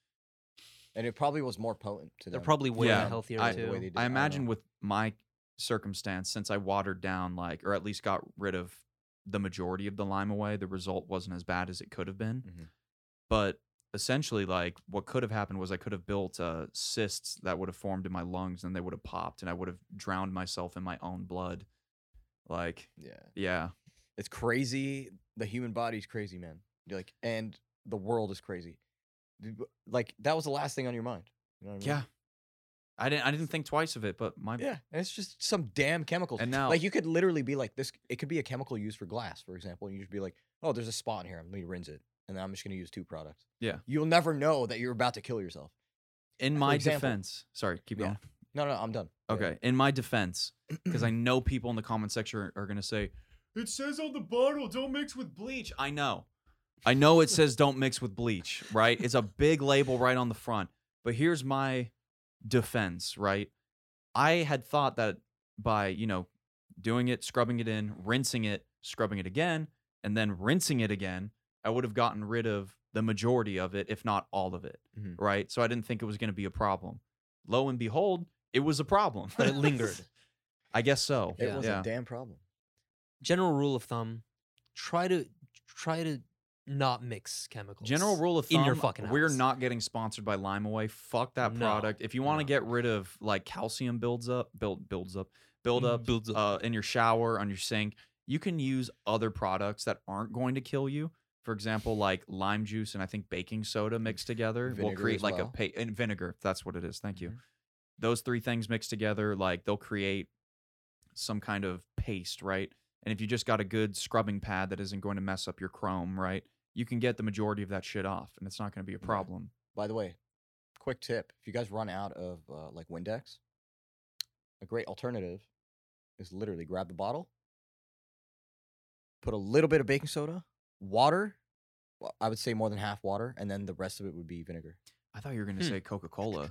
S3: And it probably was more potent to
S2: They're
S3: them.
S2: probably way
S1: Yeah,
S2: healthier
S1: I-
S3: the way they
S2: too.
S3: did.
S1: I
S3: don't
S1: imagine
S3: know.
S1: with my circumstance, since I watered down, like, or at least got rid of the majority of the lime away, the result wasn't as bad as it could have been.
S3: Mhm.
S1: But essentially, like, what could have happened was I could have built uh, cysts that would have formed in my lungs and they would have popped and I would have drowned myself in my own blood. Like,
S3: Yeah.
S1: yeah.
S3: It's crazy. The human body's crazy, man. You're like, and the world is crazy. Th- w- Like that was the last thing on your mind. You know what I mean?
S1: Yeah. I didn't I didn't think twice of it, but my
S3: Yeah. And it's just some damn chemicals.
S1: and now
S3: like you could literally be like this. It could be a chemical used for glass, for example. And you just be like, oh, there's a spot in here. I'm gonna rinse it, and then I'm just gonna use two products.
S1: Yeah.
S3: You'll never know that you're about to kill yourself.
S1: in
S3: for
S1: my
S3: example-
S1: defense, sorry, keep
S3: Yeah.
S1: going.
S3: No, no, I'm done. Yeah.
S1: Okay, in my defense, because I know people in the comment section are, are gonna say, "It says on the bottle, don't mix with bleach." I know, I know it says don't mix with bleach, right? It's a big label right on the front. But here's my defense, right? I had thought that by you know doing it, scrubbing it in, rinsing it, scrubbing it again, and then rinsing it again, I would have gotten rid of the majority of it, if not all of it,
S3: Mhm.
S2: Mm-hmm.
S1: right? So I didn't think it was gonna be a problem. Lo and behold, it was a problem.
S2: But it lingered.
S1: I guess so.
S3: It
S2: Yeah.
S3: was
S1: yeah.
S3: a damn problem.
S2: General rule of thumb, try to try to not mix chemicals.
S1: General rule of thumb:
S2: in your fucking
S1: we're
S2: house.
S1: not getting sponsored by Limeaway. Fuck that
S2: No,
S1: product. If you want to
S2: no.
S1: get rid of like calcium builds up, build builds up, build up,
S2: Mm-hmm. Builds up.
S1: uh, in your shower on your sink, you can use other products that aren't going to kill you. For example, like lime juice and I think baking soda mixed together will
S3: Vinegar
S1: create
S3: as
S1: like
S3: well.
S1: a pa- and vinegar. if That's what it is. Thank
S2: Mm-hmm.
S1: you. Those three things mixed together, like they'll create some kind of paste, right? And if you just got a good scrubbing pad that isn't going to mess up your chrome, right? You can get the majority of that shit off, and it's not going to be a
S3: Yeah.
S1: problem.
S3: By the way, quick tip: if you guys run out of uh, like Windex, a great alternative is literally grab the bottle, put a little bit of baking soda, water. Well, I would say more than half water, and then the rest of it would be vinegar.
S1: I thought you were going to
S2: Hmm.
S1: say Coca Cola.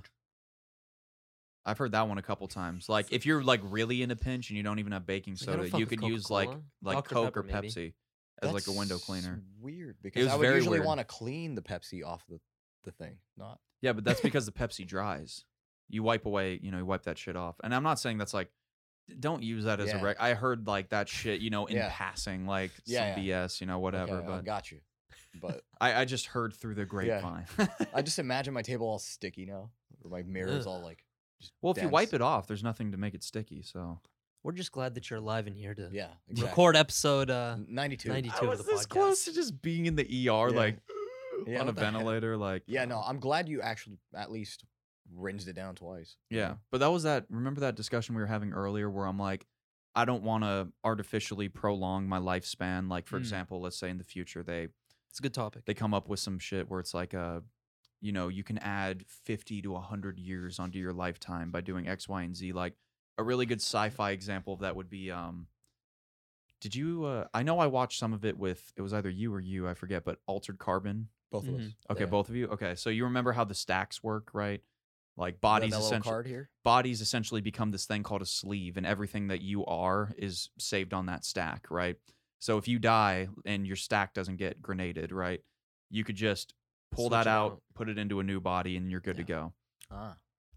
S1: I've heard that one a couple times. Like if you're like really in a pinch and you don't even have baking
S2: Like, I don't
S1: soda,
S2: fuck
S1: you
S2: with
S1: could use like
S2: Coca-Cola.
S1: like
S2: Dr.
S1: Coke or
S2: Pepper, maybe.
S1: Pepsi as like a window
S3: That's
S1: cleaner.
S3: Weird, because
S1: was
S3: I would
S1: very
S3: usually
S1: weird.
S3: want to clean the Pepsi off the, the thing. Not
S1: Yeah, but that's because the Pepsi dries. You wipe away, you know, you wipe that shit off. And I'm not saying that's like don't use that as
S3: Yeah.
S1: a rec. I heard like that shit, you know, in
S3: Yeah.
S1: passing, like
S3: Yeah,
S1: some BS, you know, whatever.
S3: okay, I
S1: but
S3: got you. But
S1: I, I just heard through the grapevine.
S3: I just imagine my table all sticky now, or my mirrors
S2: Ugh.
S3: all like. just
S1: well, if you
S3: dense.
S1: wipe it off, there's nothing to make it sticky. So
S2: We're just glad that you're alive in here to
S3: yeah, exactly.
S2: record episode uh
S3: 92.
S2: 92.
S1: I
S2: of
S1: was
S2: the
S1: this
S2: podcast.
S1: close to just being in the ER,
S3: Yeah.
S1: like
S3: Yeah,
S1: on a
S3: what the heck?
S1: ventilator, like
S3: Yeah, no, I'm glad you actually at least rinsed it down twice. you
S1: yeah.
S3: know?
S1: But that was that. Remember that discussion we were having earlier, where I'm like, I don't want to artificially prolong my lifespan. Like, for
S2: Mm.
S1: example, let's say in the future they
S2: It's a good topic.
S1: they come up with some shit where it's like uh, a you know you can add 50 to 100 years onto your lifetime by doing x y and z like a really good sci-fi example of that would be um did you uh I know I watched some of it with it was either you or you, I forget, but Altered Carbon.
S3: Both of us.
S2: Mhm.
S1: Mm-hmm. Okay,
S3: Yeah.
S1: both of you. Okay. So you remember how the stacks work, right? Like bodies
S3: the mellow
S1: essentially
S3: card here.
S1: bodies essentially become this thing called a sleeve and everything that you are is saved on that stack right so if you die and your stack doesn't get grenaded right you could just pull
S2: Switch
S1: that
S2: it
S1: out,
S2: out.
S1: put it into a new body and you're good to
S3: Yeah.
S1: go
S3: Ah,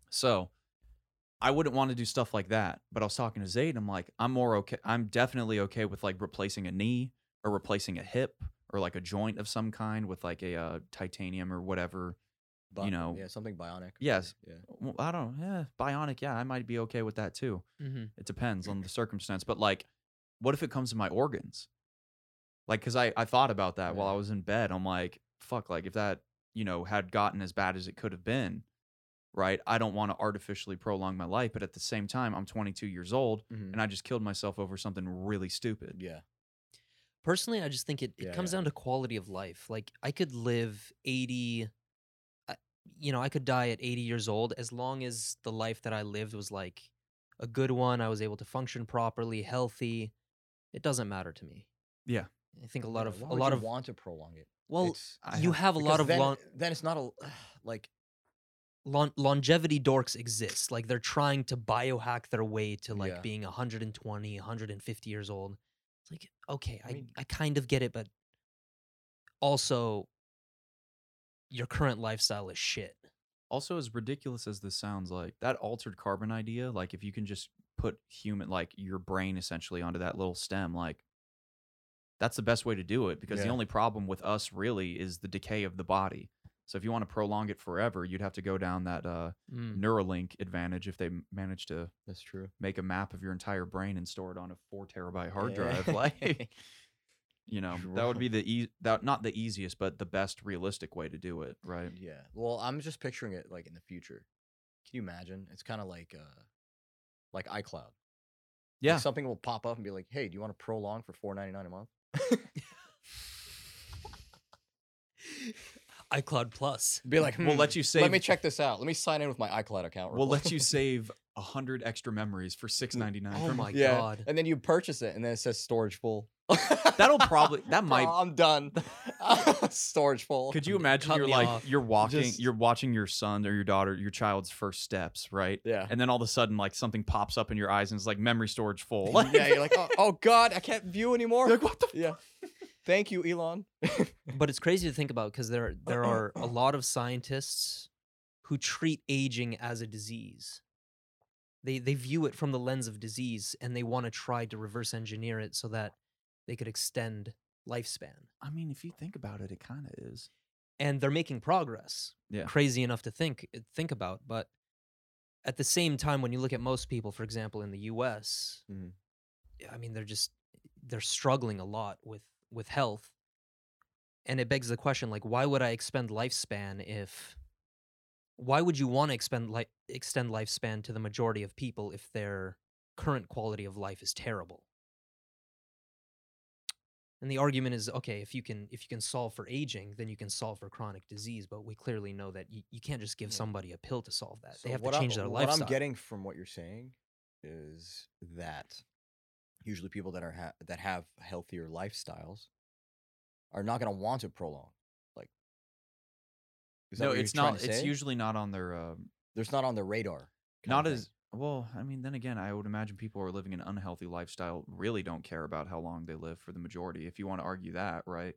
S1: so I wouldn't want to do stuff like that. But I was talking to Zayd. I'm like, I'm more okay. I'm definitely okay with like replacing a knee or replacing a hip or like a joint of some kind with like a uh, titanium or whatever.
S3: bi-
S1: You know,
S3: yeah, something bionic.
S1: yes.
S3: Yeah.
S1: Well, I don't know. Yeah, bionic. Yeah, I might be okay with that too.
S2: Mhm.
S1: It depends on the circumstance. But like, what if it comes to my organs? Like, cause I, I thought about that while I
S3: Yeah.
S1: was in bed. I'm like, fuck, like if that, you know, had gotten as bad as it could have been, right? I don't want to artificially prolong my life. But at the same time, I'm 22 years old
S3: Mhm.
S1: and I just killed myself over something really stupid.
S3: Yeah.
S2: Personally, I just think it, it
S3: Yeah,
S2: comes
S3: yeah.
S2: down to quality of life. Like I could live 80 I- you know, I could die at 80 years old as long as the life that I lived was like a good one, I was able to function properly, healthy. It doesn't matter to me.
S1: Yeah.
S2: I think a lot
S3: Yeah,
S2: of
S3: why
S2: a
S3: would
S2: lot
S3: you
S2: of
S3: want to prolong it.
S2: well,
S3: It's-
S1: I
S2: you
S1: have-
S2: have a
S3: because
S2: lot of
S3: then,
S2: long
S3: Then it's not a like.
S2: lon- longevity dorks exist. Like they're trying to biohack their way to like
S3: Yeah.
S2: being 120, 150 years old. It's like, okay,
S3: I
S2: I,
S3: mean-
S2: I kind of get it, but also your current lifestyle is shit.
S1: Also, as ridiculous as this sounds, like that altered carbon idea, like if you can just put human, like your brain essentially onto that little stem, like that's the best way to do it because the
S3: Yeah.
S1: only problem with us really is the decay of the body. So if you want to prolong it forever, you'd have to go down that uh,
S3: Mm. Hmm.
S1: Neuralink advantage if they m- manage to
S3: That's true.
S1: make a map of your entire brain and store it on a four terabyte hard
S3: Yeah.
S1: drive. Like, you know, that would be the e- that not the easiest, but the best realistic way to do it, right?
S3: Yeah. Well, I'm just picturing it like in the future. Can you imagine? It's kind of like uh, like iCloud. Like,
S1: Yeah.
S3: something will pop up and be like, "Hey, do you want to prolong for 4.99 a month?"
S2: iCloud Plus.
S3: Be like,
S1: We'll let
S3: "Hmm,
S1: you save.
S3: Let me check this out. Let me sign in with my iCloud account. real
S1: We'll let
S3: quick."
S1: you save a hundred extra memories for six ninety nine.
S2: Oh my
S3: Yeah.
S2: god.
S3: and then you purchase it, and then it says storage full.
S1: That'll probably that
S3: Bro,
S1: might.
S3: I'm done. storage full.
S1: Could you
S2: Cut
S1: imagine you're
S2: me
S1: like
S2: off.
S1: you're walking,
S3: Just-
S1: you're watching your son or your daughter, your child's first steps, right?
S3: Yeah.
S1: And then all of a sudden, like something pops up in your eyes and it's like memory storage full. Like,
S3: yeah. You're like, oh, oh God, I can't view anymore.
S1: you're like, what the?
S3: yeah. Thank you, Elon.
S2: But it's crazy to think about because there there are a lot of scientists who treat aging as a disease. They they view it from the lens of disease and they want to try to reverse engineer it so that they could extend lifespan.
S1: I mean, if you think about it, it kind of is.
S2: And they're making progress.
S1: Yeah.
S2: Crazy enough to think think about, but at the same time when you look at most people, for example, in the US,
S3: Mhm.
S2: I mean they're just they're struggling a lot with with health and it begs the question like why would i expend lifespan if why would you want to expend li- extend lifespan to the majority of people if their current quality of life is terrible and the argument is okay if you can if you can solve for aging then you can solve for chronic disease but we clearly know that you, you can't just give
S3: Yeah.
S2: somebody a pill to solve that
S3: So
S2: they have to
S3: what I-
S2: change their lifestyle
S3: What I'm getting from what you're saying is that usually people that are ha- that have healthier lifestyles are not going to want to prolong. Like, is that
S1: No,
S3: what you're
S1: it's
S3: trying
S1: not.
S3: to
S1: It's
S3: say?
S1: usually not on their. Um,
S3: There's not on the radar. kinda
S1: not
S3: thing.
S1: as well. I mean, then again, I would imagine people who are living an unhealthy lifestyle really don't care about how long they live for the majority. If you want to argue that, right?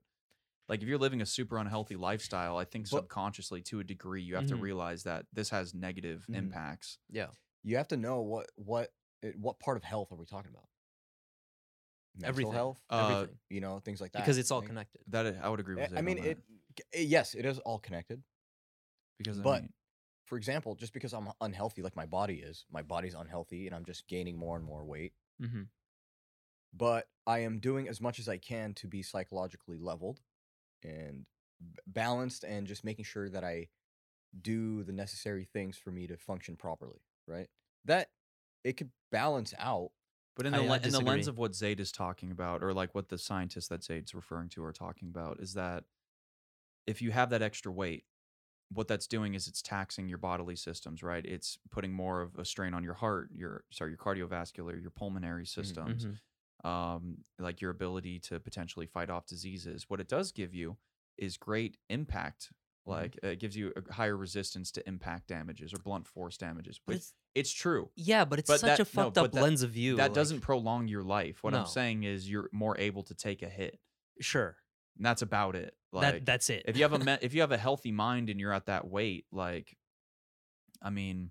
S1: Like if you're living a super unhealthy lifestyle, I think
S3: But-
S1: subconsciously to a degree you have to
S3: Mm-hmm.
S2: Mhm.
S1: realize that this has negative
S3: Mhm.
S1: impacts.
S3: you have to know what what it, what part of health are we talking about? Mental
S2: everything
S3: health,
S1: Uh,
S2: everything
S3: you know, things like that.
S2: because it's all
S3: right? Eh,
S2: connected
S1: That I- I would agree with.
S3: I-
S1: Zayd
S3: I
S1: on
S3: mean,
S1: that,
S3: it, g- yes, it is all connected.
S1: because I
S3: but-
S1: mean,
S3: for example, just because I'm unhealthy, like my body is, my body's unhealthy and I'm just gaining more and more weight,
S2: mm-hmm.
S1: Um,
S3: but I am doing as much as I can to be psychologically leveled and b- balanced and just making sure that I do the necessary things for me to function properly, right? That it could balance out.
S1: but in
S2: I-
S1: the,
S2: I
S1: le- in the lens
S2: disagree.
S1: of what Zayd is talking about, or like what the scientists that Zayd's referring to are talking about, is that if you have that extra weight, what that's doing is it's taxing your bodily systems, right? It's putting more of a strain on your heart, your sorry, your cardiovascular, your pulmonary systems,
S2: Mhm.
S1: um, like your ability to potentially fight off diseases. What it does give you is great impact.
S2: Mhm.
S1: Like uh, it gives you a higher resistance to impact damages or blunt force damages.
S2: But
S1: Which
S2: it's,
S1: it's, true.
S2: yeah, but it's
S1: but that-
S2: such a
S1: no,
S2: fucked
S1: but
S2: up
S1: that-
S2: lens of view.
S1: that
S2: like,
S1: doesn't prolong your life. What
S2: No.
S1: I'm saying is you're more able to take a hit,
S2: sure.
S1: and that's about it. Like
S2: that that's it.
S1: if you have a me- if you have a healthy mind and you're at that weight, like, I mean,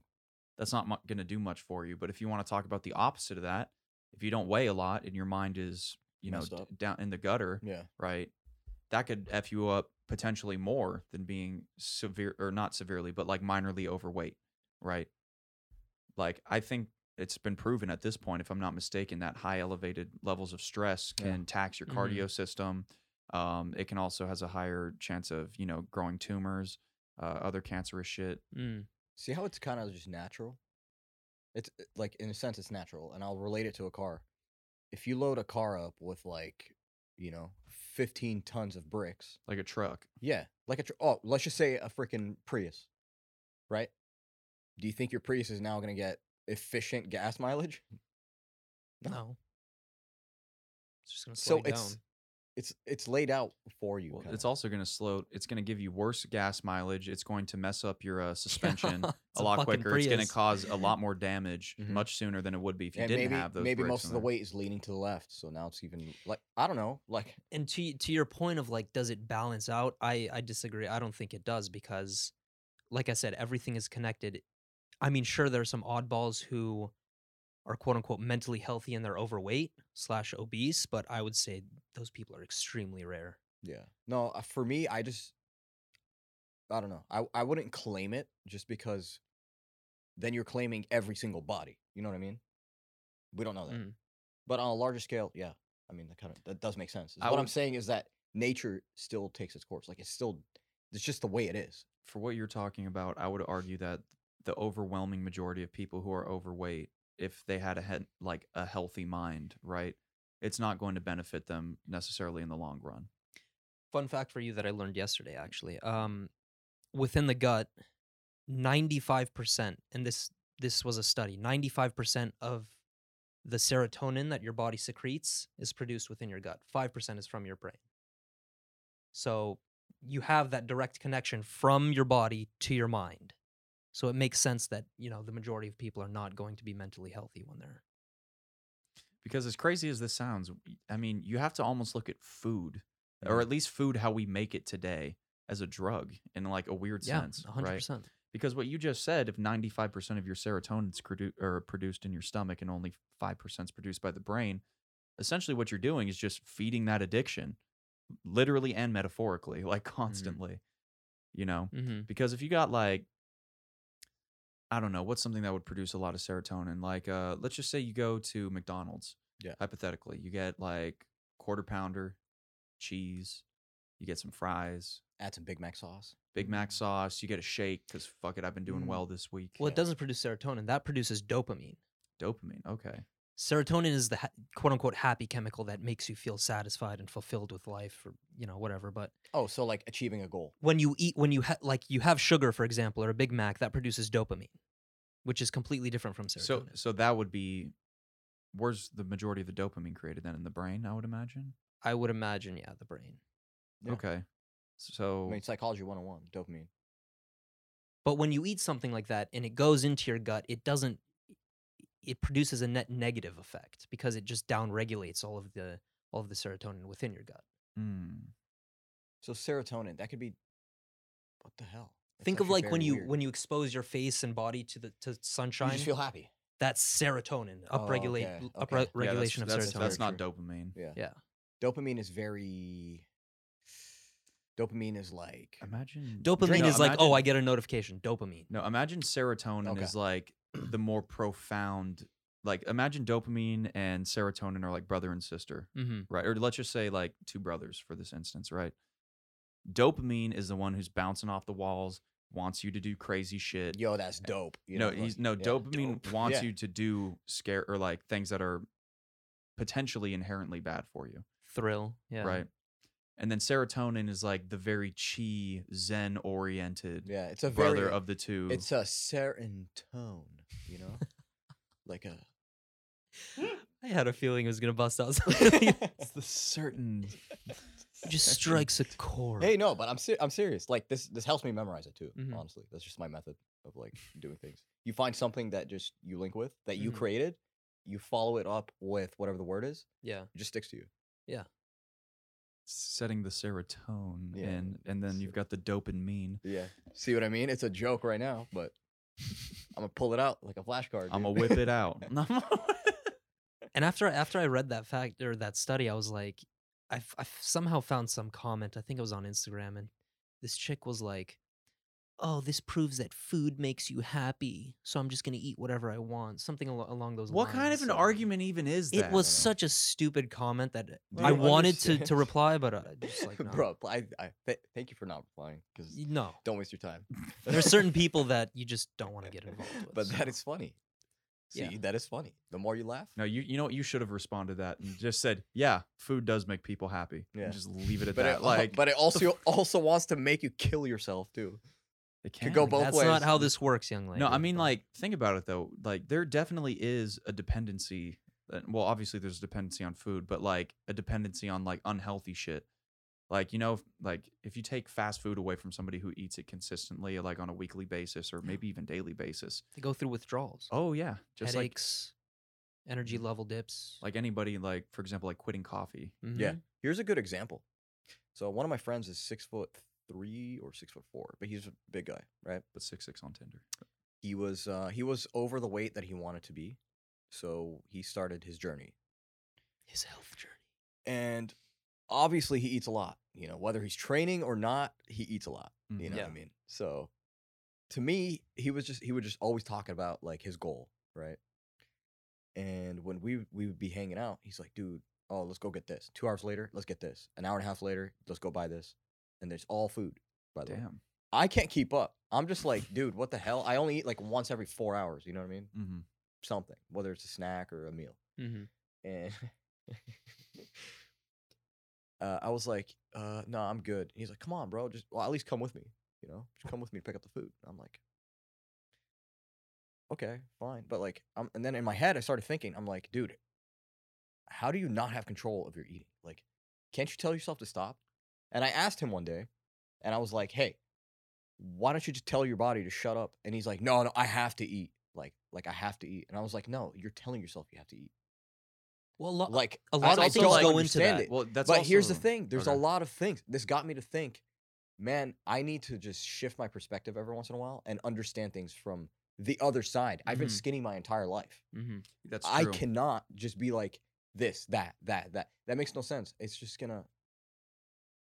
S1: that's not mu- going to do much for you. But if you want to talk about the opposite of that, if you don't weigh a lot and your mind is you know
S3: Messed
S1: d-
S3: up.
S1: down in the gutter,
S3: Yeah.
S1: right? That could f you up potentially more than being severe or not severely, but like minorly overweight, right? Like I think it's been proven at this point, if I'm not mistaken, that high elevated levels of stress
S3: Yeah. Mm-hmm.
S1: can tax your
S2: Mhm.
S1: cardio system. Um, it can also has a higher chance of you know growing tumors, uh, other cancerous shit.
S2: Mm,
S3: See how it's kind of just natural? It's uh, like, in a sense, it's natural. And I'll relate it to a car. If you load a car up with like, you know, 15 tons of bricks,
S1: Like a truck,
S3: yeah, like a, tr- oh, let's just say a freaking Prius, right? Do you think your Prius is now going to get efficient gas mileage? No.
S2: no. It's just gonna
S3: So
S2: slow you
S3: it's-
S2: down.
S3: It's it's laid out for you.
S1: Well,
S3: kinda.
S1: it's also going to slow. It's going to give you worse gas mileage. It's going to mess up your uh, suspension
S2: It's
S1: a Mm-hmm. lot
S2: fucking
S1: quicker. It's going
S2: Prius.
S1: to cause a lot more damage
S3: Mhm.
S1: much sooner than it would be if you
S3: and
S1: didn't
S3: maybe,
S1: have those.
S3: maybe
S1: brakes
S3: most
S1: in
S3: of the
S1: there.
S3: weight is leaning to the left, so now it's even like I don't know, like
S2: and to to your point of like does it balance out i i disagree i don't think it does because like i said everything is connected i mean sure there are some oddballs who are quote unquote mentally healthy and they're overweight slash obese but i would say those people are extremely rare
S3: Yeah. No, uh, for me, I just I don't know. I I wouldn't claim it just because then you're claiming every single body. You know what I mean? We don't know that.
S2: Mm.
S3: But on a larger scale, yeah. I mean, that kind of that does make sense. Is
S1: I
S3: what I'm
S1: would-
S3: saying is that nature still takes its course. Like it's still it's just the way it is.
S1: For what you're talking about, I would argue that the overwhelming majority of people who are overweight, if they had a head like a healthy mind, right, it's not going to benefit them necessarily in the long run.
S2: fun fact for you that i learned yesterday actually um within the gut 95% and this this was a study 95% of the serotonin that your body secretes is produced within your gut 5% is from your brain so you have that direct connection from your body to your mind so it makes sense that you know the majority of people are not going to be mentally healthy when they're
S1: Because as crazy as this sounds, I mean, you have to almost look at food, or at least food how we make it today, as a drug in like a weird
S2: yeah
S1: sense, right?
S2: 100%
S1: Because what you just said, if 95% of your serotonin is produ- or produced in your stomach and only 5% is produced by the brain, essentially what you're doing is just feeding that addiction, literally and metaphorically, like constantly, you know?
S2: mm-hmm.
S1: Because if you got like, I don't know, what's something that would produce a lot of serotonin? Like, uh, let's just say you go to McDonald's,
S3: Yeah.
S1: hypothetically, you get like quarter pounder, cheese, you get some fries,
S3: Add some Big Mac sauce.
S1: Big Mac sauce. You get a shake because fuck it, I've been doing
S3: Mm.
S1: well this week.
S2: well
S3: Yeah.
S2: it doesn't produce serotonin that produces dopamine
S1: Dopamine. Okay.
S2: serotonin is the ha- quote unquote happy chemical that makes you feel satisfied and fulfilled with life or you know whatever but
S3: Oh, so like achieving a goal.
S2: when you eat when you ha- like you have sugar for example or a big mac that produces dopamine which is completely different from serotonin
S1: So so that would be where's the majority of the dopamine created then in the brain? I would imagine.
S2: i would imagine yeah the brain
S3: Yeah.
S1: Okay. So
S3: I
S2: Oh.
S3: mean, psychology 101, dopamine.
S2: but when you eat something like that and it goes into your gut it doesn't it produces a net negative effect because it just downregulates all of the all of the serotonin within your gut
S1: mm,
S3: So serotonin, that could be what the hell? That's
S2: think of
S3: actually
S2: like when
S3: very
S2: you
S3: weird.
S2: when you expose your face and body to the to
S3: you
S2: sunshine
S3: just feel happy.
S2: that's serotonin
S3: Oh,
S2: upregulate l-
S3: okay, okay.
S2: upre-
S3: Yeah, that's-
S2: regulation
S1: yeah, that's,
S2: of serotonin.
S1: That's, that's not
S3: True.
S1: dopamine.
S3: Yeah.
S2: yeah.
S3: dopamine is very dopamine is like
S1: Imagine
S2: Dopamine
S1: No,
S2: is like, oh, I
S1: imagine-
S2: get a notification. Dopamine.
S1: No, imagine serotonin
S3: Okay.
S1: is like the more profound. Like imagine dopamine and serotonin are like brother and sister.
S2: Mm-hmm.
S1: right? Or let's just say like two brothers for this instance, right? Dopamine is the one who's bouncing off the walls, wants you to do crazy shit.
S3: yo that's dope you
S1: no,
S3: know,
S1: he's
S3: like,
S1: no
S3: yeah.
S1: dopamine wants
S3: Yeah.
S1: you to do scare or like things that are potentially inherently bad for you,
S2: Thrill. Yeah.
S1: right? and then serotonin is like the very chi zen oriented
S3: Yeah, it's a
S1: brother
S3: very,
S1: of the two.
S3: It's a certain tone, you know, like a
S2: I had a feeling it was gonna bust out something.
S1: It's the certain.
S2: It just
S1: section.
S2: strikes a chord.
S3: Hey, no, but I'm ser- I'm serious. Like this this helps me memorize it too.
S1: Mm-hmm.
S2: Mhm.
S3: Honestly, that's just my method of like doing things. You find something that just you link with that you
S1: Mm-hmm.
S2: Mhm.
S3: created, you follow it up with whatever the word is.
S2: Yeah.
S3: It just sticks to you.
S1: setting the serotonin
S3: Yeah,
S1: in, and then you've got the dopamine.
S3: Yeah. See what I mean? It's a joke right now, but I'm gonna pull it out like a flashcard.
S1: I'm gonna
S3: dude.
S1: whip it out.
S2: And after after I read that fact or that study, I was like, I, f- I f- somehow found some comment. I think it was on Instagram, and this chick was like, "Oh, this proves that food makes you happy, so I'm just gonna eat whatever I want." Something alo- along those
S1: what
S2: lines.
S1: kind of an
S2: so-
S1: argument even is that?
S2: It was
S3: I don't know.
S2: such a stupid comment that uh,
S3: Do
S2: I
S3: you
S2: wanted to, to
S3: understand?
S2: reply, but I just like, no.
S3: bro. I, I th- thank you for not replying because
S2: Y- no.
S3: don't waste your time.
S2: There are certain people that you just don't want to get involved with.
S3: but that
S2: so.
S3: is funny. See,
S2: Yeah.
S3: that is funny. The more you laugh,
S1: No, you you know what you should have responded to that and just said, "Yeah, food does make people happy." and
S3: Yeah.
S1: just leave it at
S3: but
S1: that.
S3: it, uh,
S1: like,
S3: but it also also wants to make you kill yourself too.
S1: it
S3: could
S1: can
S3: go both
S2: that's
S3: ways.
S2: not how this works, young lady.
S1: No, I mean
S2: but-
S1: like think about it though. Like there definitely is a dependency. That, well, obviously there's a dependency on food, but like a dependency on like unhealthy shit. Like you know, if, like if you take fast food away from somebody who eats it consistently, like on a weekly basis or maybe even daily basis.
S2: they go through withdrawals,
S1: Oh yeah, just like
S2: headaches,
S3: Mm-hmm.
S2: energy level dips.
S1: like anybody like for example like quitting coffee.
S3: Yeah.
S2: Mhm.
S3: Here's a good example. So one of my friends is six foot three or six foot four, but he's a big guy, right?
S1: But six six on Tinder.
S3: He was uh, he was over the weight that he wanted to be, so he started his journey.
S2: his health journey.
S3: And obviously, he eats a lot. You know, whether he's training or not, he eats a lot. You
S1: Mhm.
S3: know
S2: Mm-hmm. Yeah.
S3: what I mean? So to me, he was just he would just always talking about like his goal, right? And when we we would be hanging out, he's like, dude, oh, let's go get this. Two hours later, let's get this. An hour and a half later, let's go buy this. And there's all food, by the way.
S1: Damn.
S3: I can't keep up. I'm just like, dude, what the hell? I only eat like once every four hours, you know what I mean?
S1: Mm-hmm.
S3: Something, whether it's a snack or a meal
S2: Mm-hmm.
S3: and uh, I was like, uh, "No, I'm good." He's like, "Come on, bro, just well, at least come with me. You know, just come with me to pick up the food." I'm like, "Okay, fine," but like, um, and then in my head, I started thinking, "I'm like, dude, how do you not have control of your eating? Like, can't you tell yourself to stop?" And I asked him one day, and I was like, "Hey, why don't you just tell your body to shut up?" And he's like, "No, no, I have to eat." Like, like I have to eat, and I was like, "No, you're telling yourself you have to eat."
S2: Well, lo-
S3: Like
S2: a
S3: I
S2: lot of
S3: also
S2: things
S3: don't
S2: go into
S3: understand
S2: that.
S3: it.
S1: Well, that's
S3: but here's the
S1: also-
S3: thing. There's a
S1: okay.
S3: lot of things. This got me to think, man, I need to just shift my perspective every once in a while and understand things from the other side. I've been
S2: Mhm.
S3: skinny my entire life.
S2: mm-hmm.
S1: That's
S3: I
S1: true.
S3: cannot just be like this, that, that, that. That makes no sense. It's just gonna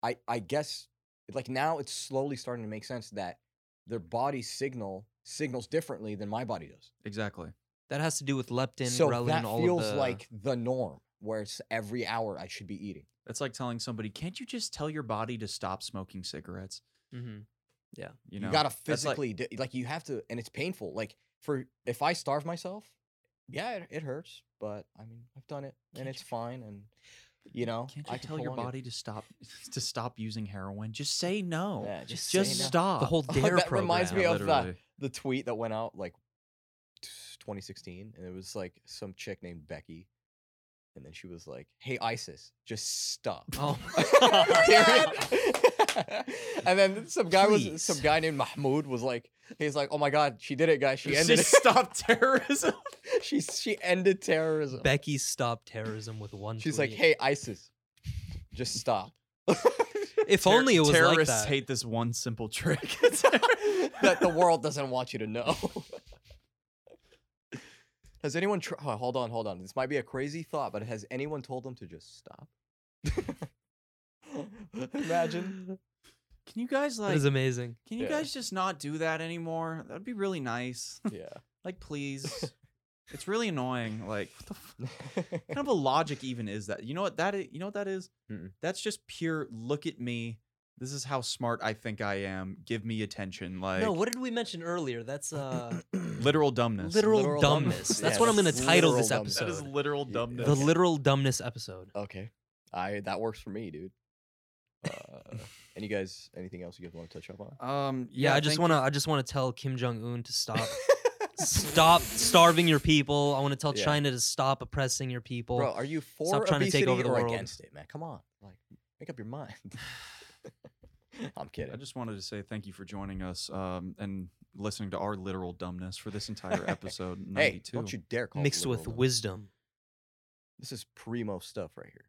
S3: I I guess like now it's slowly starting to make sense that their body signal signals differently than my body does.
S1: exactly.
S2: that has to do with leptin,
S3: so
S2: ghrelin,
S3: that
S2: all
S3: feels
S2: of the,
S3: like the norm where it's every hour I should be eating.
S1: That's like telling somebody, "Can't you just tell your body to stop smoking cigarettes?"
S2: hmm
S1: You
S3: you,
S1: know,
S3: gotta
S1: That's like-
S3: physically like, like you have to and it's painful like for if i starve myself yeah it, it hurts but i mean i've done it and
S1: Can't
S3: it's
S1: you-
S3: fine and you know
S1: Can't
S3: I
S1: you
S3: can
S1: tell your
S3: prolong it.
S1: body to stop to stop using heroin? Just say no.
S3: Yeah,
S2: just
S3: just
S2: say
S1: Just
S2: no.
S3: saying, uh,
S1: stop.
S2: the whole
S3: Oh,
S2: dare
S3: that
S2: program.
S3: reminds me
S1: Yeah,
S3: of uh, that.
S1: literally.
S3: the tweet that went out like 2016 and it was like some chick named becky and then she was like hey isis just stop
S2: Oh,
S3: Period. and then some guy
S2: Please.
S3: was some guy named mahmoud was like he's like oh my god she did it guys she ended it
S1: Just stop terrorism.
S3: she she ended terrorism.
S2: Becky stopped terrorism with one.
S3: She's like,
S2: tweet.
S3: "Hey ISIS, just stop."
S2: if only it was like
S1: Terrorists
S2: that."
S1: hate this one simple trick.
S3: that the world doesn't want you to know. has anyone? Tr- oh, hold on, hold on. This might be a crazy thought, but has anyone told them to just stop? Imagine.
S1: Can you guys
S2: that
S1: like?
S2: is amazing.
S1: Can you
S3: Yeah.
S1: guys just not do that anymore? That'd be really nice.
S3: Yeah.
S1: like, please. it's really annoying. Like, what the f- kind of a logic even is that? You know what that is? You know what that is?
S3: Mm-mm.
S1: That's just pure. Look at me. This is how smart I think I am. Give me attention. Like
S2: no, what did we mention earlier? That's uh,
S1: literal dumbness.
S2: literal,
S3: Literal
S2: dumbness.
S3: dumbness.
S2: That's
S3: Yeah,
S2: what I'm going
S3: that's
S2: to title
S3: literal
S2: this
S3: dumbness.
S1: that is
S2: episode.
S1: literal
S3: Yeah.
S1: dumbness.
S2: The literal dumbness episode.
S3: okay. I that works for me, dude. Uh, any guys, anything else you guys want to touch up on?
S1: Um,
S2: Yeah, I just
S1: thank-
S2: want to. I just want to tell Kim Jong Un to stop, stop starving your people. I want to tell
S3: Yeah.
S2: China to stop oppressing your people.
S3: Bro, are you for
S2: Stop trying to
S3: obesity
S2: take over the
S3: or
S2: world.
S3: against it, man? Come on, like, make up your mind. I'm kidding.
S1: I just wanted to say thank you for joining us um, and listening to our literal dumbness for this entire episode.
S3: hey,
S1: 92.
S3: don't you dare call it
S2: mixed with
S3: liberal, though.
S2: wisdom.
S3: This is primo stuff right here.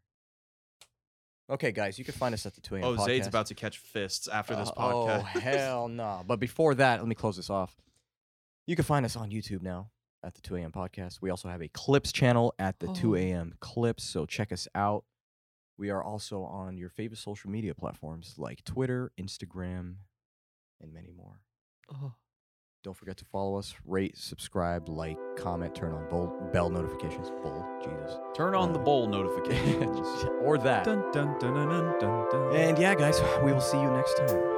S3: Okay, guys, you can find us at the Twillion
S1: Oh,
S3: Podcast.
S1: Zayd's about to catch fists after this
S3: Uh,
S1: podcast.
S3: Oh, hell no. But before that, let me close this off. You can find us on YouTube now at the 2 a.m. podcast. We also have a clips channel at the 2
S2: Oh.
S3: a.m. clips, so check us out. We are also on your favorite social media platforms like Twitter, Instagram, and many more.
S2: Oh.
S3: Don't forget to follow us, rate, subscribe, like, comment, turn on bold, bell notifications. Bold, Jesus.
S1: Turn on the
S3: Uh,
S1: bowl notifications.
S3: or that.
S1: dun, dun, dun, dun, dun, dun, dun.
S3: And yeah, guys, we will see you next time.